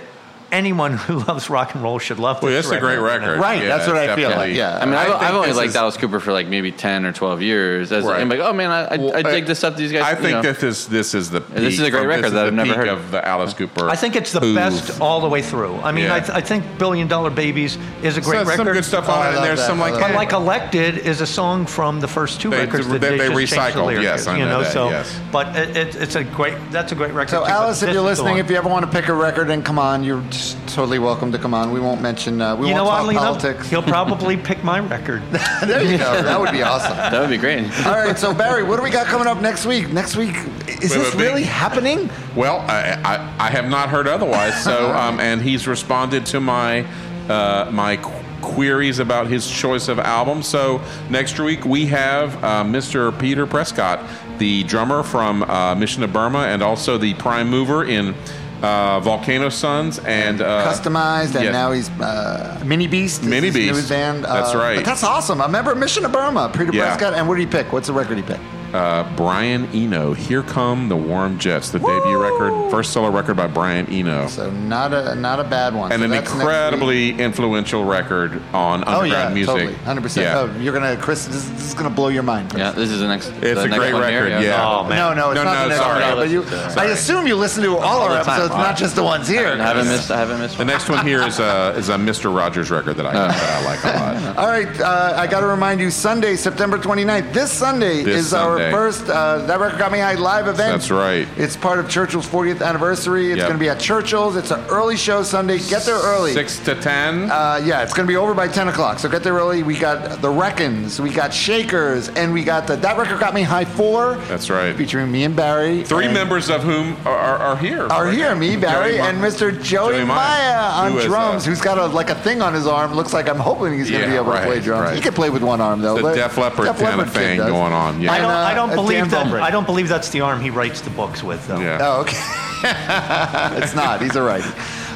Speaker 6: anyone who loves rock and roll should love.
Speaker 4: Well,
Speaker 6: this
Speaker 4: it's a great record.
Speaker 3: Right,
Speaker 4: Yeah,
Speaker 3: that's what I feel like.
Speaker 4: definitely.
Speaker 3: Yeah,
Speaker 5: I mean, I've,
Speaker 4: think
Speaker 5: I've only
Speaker 4: this
Speaker 5: liked
Speaker 4: is-
Speaker 5: Alice Cooper for like maybe ten or twelve years. As
Speaker 4: Right.
Speaker 5: I'm like, oh man, I, I,
Speaker 4: Well,
Speaker 5: I dig this stuff. These guys,
Speaker 4: I
Speaker 5: you
Speaker 4: think
Speaker 5: know.
Speaker 4: that this this is the peak,
Speaker 5: this is a great
Speaker 4: or
Speaker 5: record that
Speaker 4: the
Speaker 5: I've never
Speaker 4: peak
Speaker 5: heard.
Speaker 4: of the Alice Cooper.
Speaker 6: I think it's the
Speaker 4: Ooh.
Speaker 6: best all the way through. I mean,
Speaker 4: Yeah.
Speaker 6: I, th- I think Billion Dollar Babies is a great
Speaker 4: There's
Speaker 6: record.
Speaker 4: some good stuff
Speaker 3: I
Speaker 4: on it,
Speaker 3: love
Speaker 4: and there's
Speaker 3: that.
Speaker 4: some
Speaker 3: I
Speaker 4: like
Speaker 3: love
Speaker 6: But
Speaker 3: Yeah.
Speaker 6: like elected is a song from the first two
Speaker 4: They-
Speaker 6: records that
Speaker 4: they-
Speaker 6: they,
Speaker 4: they
Speaker 6: just changed the
Speaker 4: recycled.
Speaker 6: lyrics.
Speaker 4: Yes, I
Speaker 6: you
Speaker 4: know
Speaker 6: know.
Speaker 4: that,
Speaker 6: so,
Speaker 4: yes.
Speaker 6: but it, it, it's a great. That's a great record.
Speaker 3: So,
Speaker 6: too, but
Speaker 3: Alice,
Speaker 6: this
Speaker 3: if you're
Speaker 6: is the
Speaker 3: listening,
Speaker 6: one.
Speaker 3: if you ever want to pick a record and come on, you're just totally welcome to come on. We won't mention. Uh, we
Speaker 6: you
Speaker 3: won't
Speaker 6: know,
Speaker 3: talk
Speaker 6: oddly enough,
Speaker 3: politics.
Speaker 6: he'll probably pick my record.
Speaker 3: there you go. That would be awesome.
Speaker 5: that would be great.
Speaker 3: All right, so Barry, what do we got coming up next week? Next week, is
Speaker 4: We have
Speaker 3: this
Speaker 4: a big-
Speaker 3: really happening?
Speaker 4: Well, I, I, I have not heard otherwise. So, um, and he's responded to my uh, my qu- queries about his choice of album. So next week we have uh, Mr. Peter Prescott, the drummer from uh, Mission to Burma, and also the prime mover in uh, Volcano Suns and uh,
Speaker 3: Customized, and
Speaker 4: yes.
Speaker 3: now he's uh, Mini Beast. is
Speaker 4: Mini
Speaker 3: his
Speaker 4: Beast.
Speaker 3: new band.
Speaker 4: That's
Speaker 3: but
Speaker 4: right.
Speaker 3: that's awesome. I remember Mission to Burma, Peter
Speaker 4: Yeah.
Speaker 3: Prescott, and what did he pick? What's the record he picked?
Speaker 4: uh, Brian Eno. Here come the warm jets, the debut record, first solo record by Brian Eno.
Speaker 3: So not a not a bad one.
Speaker 4: and
Speaker 3: So
Speaker 4: an
Speaker 3: that's next week.
Speaker 4: incredibly influential record on underground
Speaker 3: oh yeah,
Speaker 4: music.
Speaker 3: totally, hundred percent.
Speaker 4: Yeah.
Speaker 3: Oh, you're gonna Chris, this, this is gonna blow your mind. Chris.
Speaker 5: yeah, this is the next. the
Speaker 4: It's a
Speaker 5: next
Speaker 4: great
Speaker 5: one here,
Speaker 4: record, yeah.
Speaker 6: Oh, man.
Speaker 3: No, no, it's
Speaker 4: No,
Speaker 3: not
Speaker 4: no,
Speaker 3: the next
Speaker 4: sorry.
Speaker 3: one. But you, I
Speaker 5: Sorry.
Speaker 3: assume you listen to all our
Speaker 5: the time.
Speaker 3: episodes, not just the ones here.
Speaker 5: I haven't missed. I haven't missed.
Speaker 4: The next one here is a is a Mr. Rogers record that I
Speaker 3: Uh.
Speaker 4: that I like a lot.
Speaker 3: All right, uh, I got to remind you, Sunday, September 29th, this Sunday
Speaker 4: This
Speaker 3: is our
Speaker 4: Sunday.
Speaker 3: first uh, That Record Got Me High live event.
Speaker 4: That's right.
Speaker 3: It's part of Churchill's 40th anniversary. It's
Speaker 4: Yep.
Speaker 3: going to be at Churchill's. It's an early show Sunday. Get there early.
Speaker 4: Six to ten.
Speaker 3: Uh, yeah, it's going to be over by 10 o'clock. So get there early. We got The Reckons, we got Shakers, and we got the That Record Got Me High 4.
Speaker 4: That's right.
Speaker 3: Featuring me and Barry.
Speaker 4: Three
Speaker 3: and-
Speaker 4: members of whom are, are, are here.
Speaker 3: are here, me, Barry,
Speaker 4: Joey Ma-
Speaker 3: and Mr. Joey, Maya,
Speaker 4: Joey Maya,
Speaker 3: on
Speaker 4: who is,
Speaker 3: drums,
Speaker 4: uh,
Speaker 3: who's got a, like a thing on his arm. Looks like I'm hoping he's going to
Speaker 4: Yeah,
Speaker 3: be able to
Speaker 4: right,
Speaker 3: play drums.
Speaker 4: right.
Speaker 3: He can play with one arm though.
Speaker 4: The
Speaker 3: but
Speaker 4: Def Leppard kinda
Speaker 3: Leppard kid
Speaker 4: thing
Speaker 3: does.
Speaker 4: going on, yeah.
Speaker 6: I don't,
Speaker 3: And, uh,
Speaker 6: I don't
Speaker 3: uh,
Speaker 6: believe
Speaker 3: Dan
Speaker 6: that.
Speaker 3: Bumbrick.
Speaker 6: I don't believe that's the arm he writes the books with, though.
Speaker 4: Yeah.
Speaker 3: Oh, okay. it's not. He's a righty.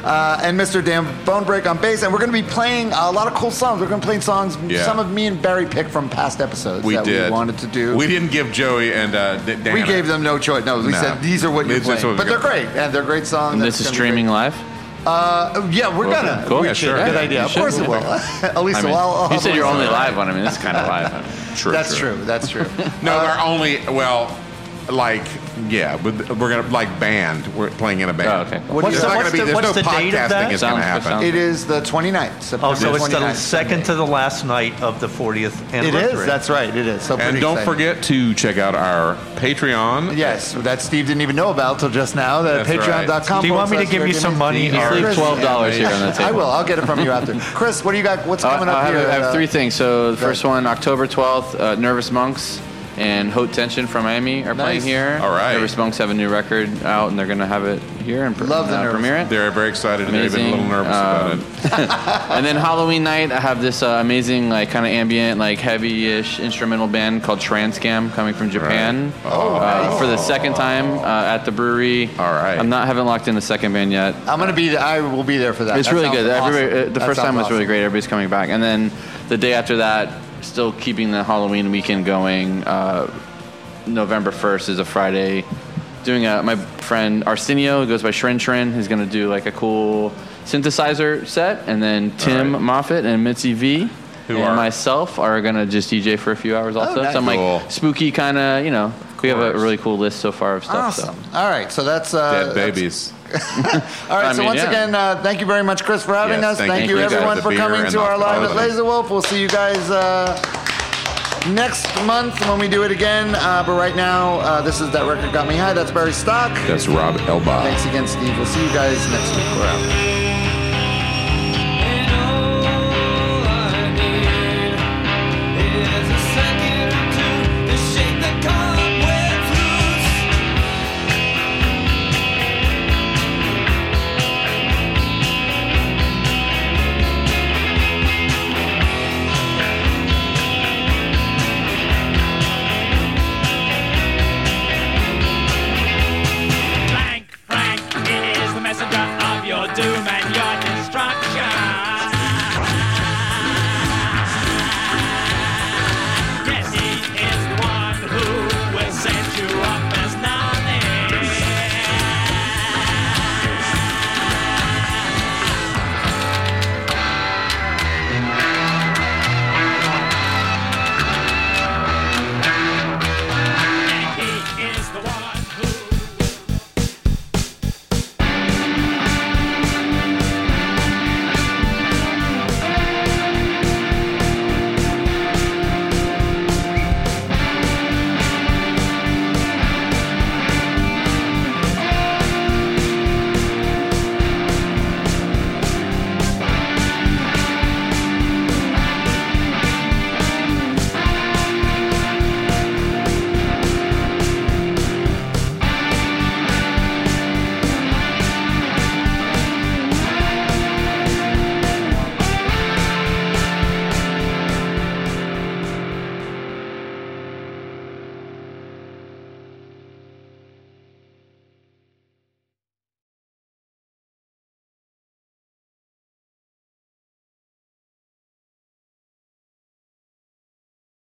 Speaker 3: Uh, and Mr. Dan Bonebreak on bass, and we're going to be playing a lot of cool songs. We're going to play songs,
Speaker 4: Yeah.
Speaker 3: some of me and Barry picked from past episodes
Speaker 4: we
Speaker 3: that
Speaker 4: did.
Speaker 3: we wanted to do.
Speaker 4: We didn't give Joey and uh, D- Dan.
Speaker 3: We
Speaker 4: a-
Speaker 3: gave them no choice. No, we
Speaker 4: No.
Speaker 3: said these are what you're
Speaker 4: This is
Speaker 3: playing,
Speaker 4: what
Speaker 3: but
Speaker 4: we're
Speaker 3: they're great, and they're great songs.
Speaker 5: And this is
Speaker 3: That's gonna be great.
Speaker 5: streaming live.
Speaker 3: Uh, yeah, we're gonna.
Speaker 5: Cool.
Speaker 3: We
Speaker 5: Yeah,
Speaker 3: should.
Speaker 4: sure.
Speaker 3: Good
Speaker 4: Yeah,
Speaker 3: idea.
Speaker 5: you
Speaker 3: Of
Speaker 5: should.
Speaker 3: course it will. At least
Speaker 5: I mean,
Speaker 3: I'll- I'll-
Speaker 5: you said you're
Speaker 3: I'll-
Speaker 5: only live one. I mean, this is kind of live.
Speaker 4: True,
Speaker 3: That's true. Uh, That's true.
Speaker 4: No, they're only well, like yeah, but we're gonna like band. We're playing in a band.
Speaker 5: Oh, okay.
Speaker 3: What
Speaker 4: There's
Speaker 3: do you-
Speaker 4: not gonna
Speaker 6: what's
Speaker 4: be.
Speaker 6: the-
Speaker 4: There's
Speaker 6: what's
Speaker 4: no
Speaker 6: the date
Speaker 4: podcast
Speaker 6: of that?
Speaker 4: thing. It's gonna
Speaker 5: Sounds-
Speaker 4: happen.
Speaker 5: sounds-
Speaker 3: it is the 29th. September
Speaker 6: Oh, so it's
Speaker 3: 29th.
Speaker 6: the second to the last night of the 40th anniversary.
Speaker 3: It is. That's right. It is. So
Speaker 4: And
Speaker 3: pretty
Speaker 4: don't
Speaker 3: exciting.
Speaker 4: forget to check out our Patreon.
Speaker 3: Yes, that Steve didn't even know about till just now. That
Speaker 4: That's right.
Speaker 3: Patreon.com.
Speaker 6: Do you want me to give you some money,
Speaker 5: Just
Speaker 6: Art?
Speaker 5: leave
Speaker 3: Chris-
Speaker 5: twelve dollars here on the table.
Speaker 3: I will. I'll get it from you after. Chris, what do you got? What's
Speaker 5: Uh,
Speaker 3: coming up
Speaker 5: I have,
Speaker 3: here?
Speaker 5: I have
Speaker 3: Uh,
Speaker 5: three things. So the
Speaker 3: ahead.
Speaker 5: first one, October 12th, uh, Nervous Monks. and Haute Tension from Miami are playing
Speaker 4: Nice.
Speaker 5: here.
Speaker 4: All right.
Speaker 5: Nervous Monks have a new record out, and they're going to have it here and pr-
Speaker 4: Love the
Speaker 5: uh,
Speaker 4: Nervous
Speaker 5: premiere it.
Speaker 4: They're very excited, and they're even a little nervous
Speaker 6: Um,
Speaker 4: about it.
Speaker 5: and then Halloween night, I have this uh, amazing, like, kind of ambient, like, heavy-ish instrumental band called Transcam coming from Japan.
Speaker 3: Oh,
Speaker 5: uh,
Speaker 3: nice.
Speaker 5: For the second time uh, at the brewery. All right. I'm not haven't locked in the second band yet.
Speaker 3: I'm gonna be. I will be there for that.
Speaker 5: It's
Speaker 3: That
Speaker 5: really
Speaker 3: sounds
Speaker 5: good.
Speaker 3: awesome.
Speaker 5: Everybody, uh, the
Speaker 3: That
Speaker 5: first
Speaker 3: sounds
Speaker 5: time was really
Speaker 3: awesome.
Speaker 5: great. Everybody's coming back, and then the day after that, still keeping the Halloween weekend going. Uh, November first is a Friday. Doing a, my friend Arsenio who goes by Shrin Shrin. He's going to do like a cool synthesizer set, and then Tim Moffitt and Mitzi V.
Speaker 4: Who
Speaker 5: and
Speaker 4: are-
Speaker 5: myself are going to just DJ for a few hours also.
Speaker 3: Oh, nice.
Speaker 5: So I'm like
Speaker 4: Cool.
Speaker 5: spooky kind of, you know. We have a really cool list so far of stuff.
Speaker 3: Awesome. All right. So that's uh,
Speaker 4: Dead
Speaker 3: that's-
Speaker 4: babies.
Speaker 3: All right,
Speaker 5: I
Speaker 3: so
Speaker 5: mean,
Speaker 3: once
Speaker 5: yeah.
Speaker 3: again, uh, thank you very much, Chris, for having
Speaker 4: Yes,
Speaker 3: us.
Speaker 4: thank
Speaker 3: Thank,
Speaker 4: you
Speaker 3: you,
Speaker 4: for
Speaker 3: everyone,
Speaker 4: the
Speaker 3: for
Speaker 4: beer
Speaker 3: coming
Speaker 4: and
Speaker 3: to our live at
Speaker 4: hospitality.
Speaker 3: Laser Wolf. We'll see you guys uh, next month when we do it again. Uh, but right now, uh, this is That Record Got Me High. That's Barry Stock.
Speaker 4: That's Rob Elba.
Speaker 3: Thanks again, Steve. We'll see you guys next week. We're out.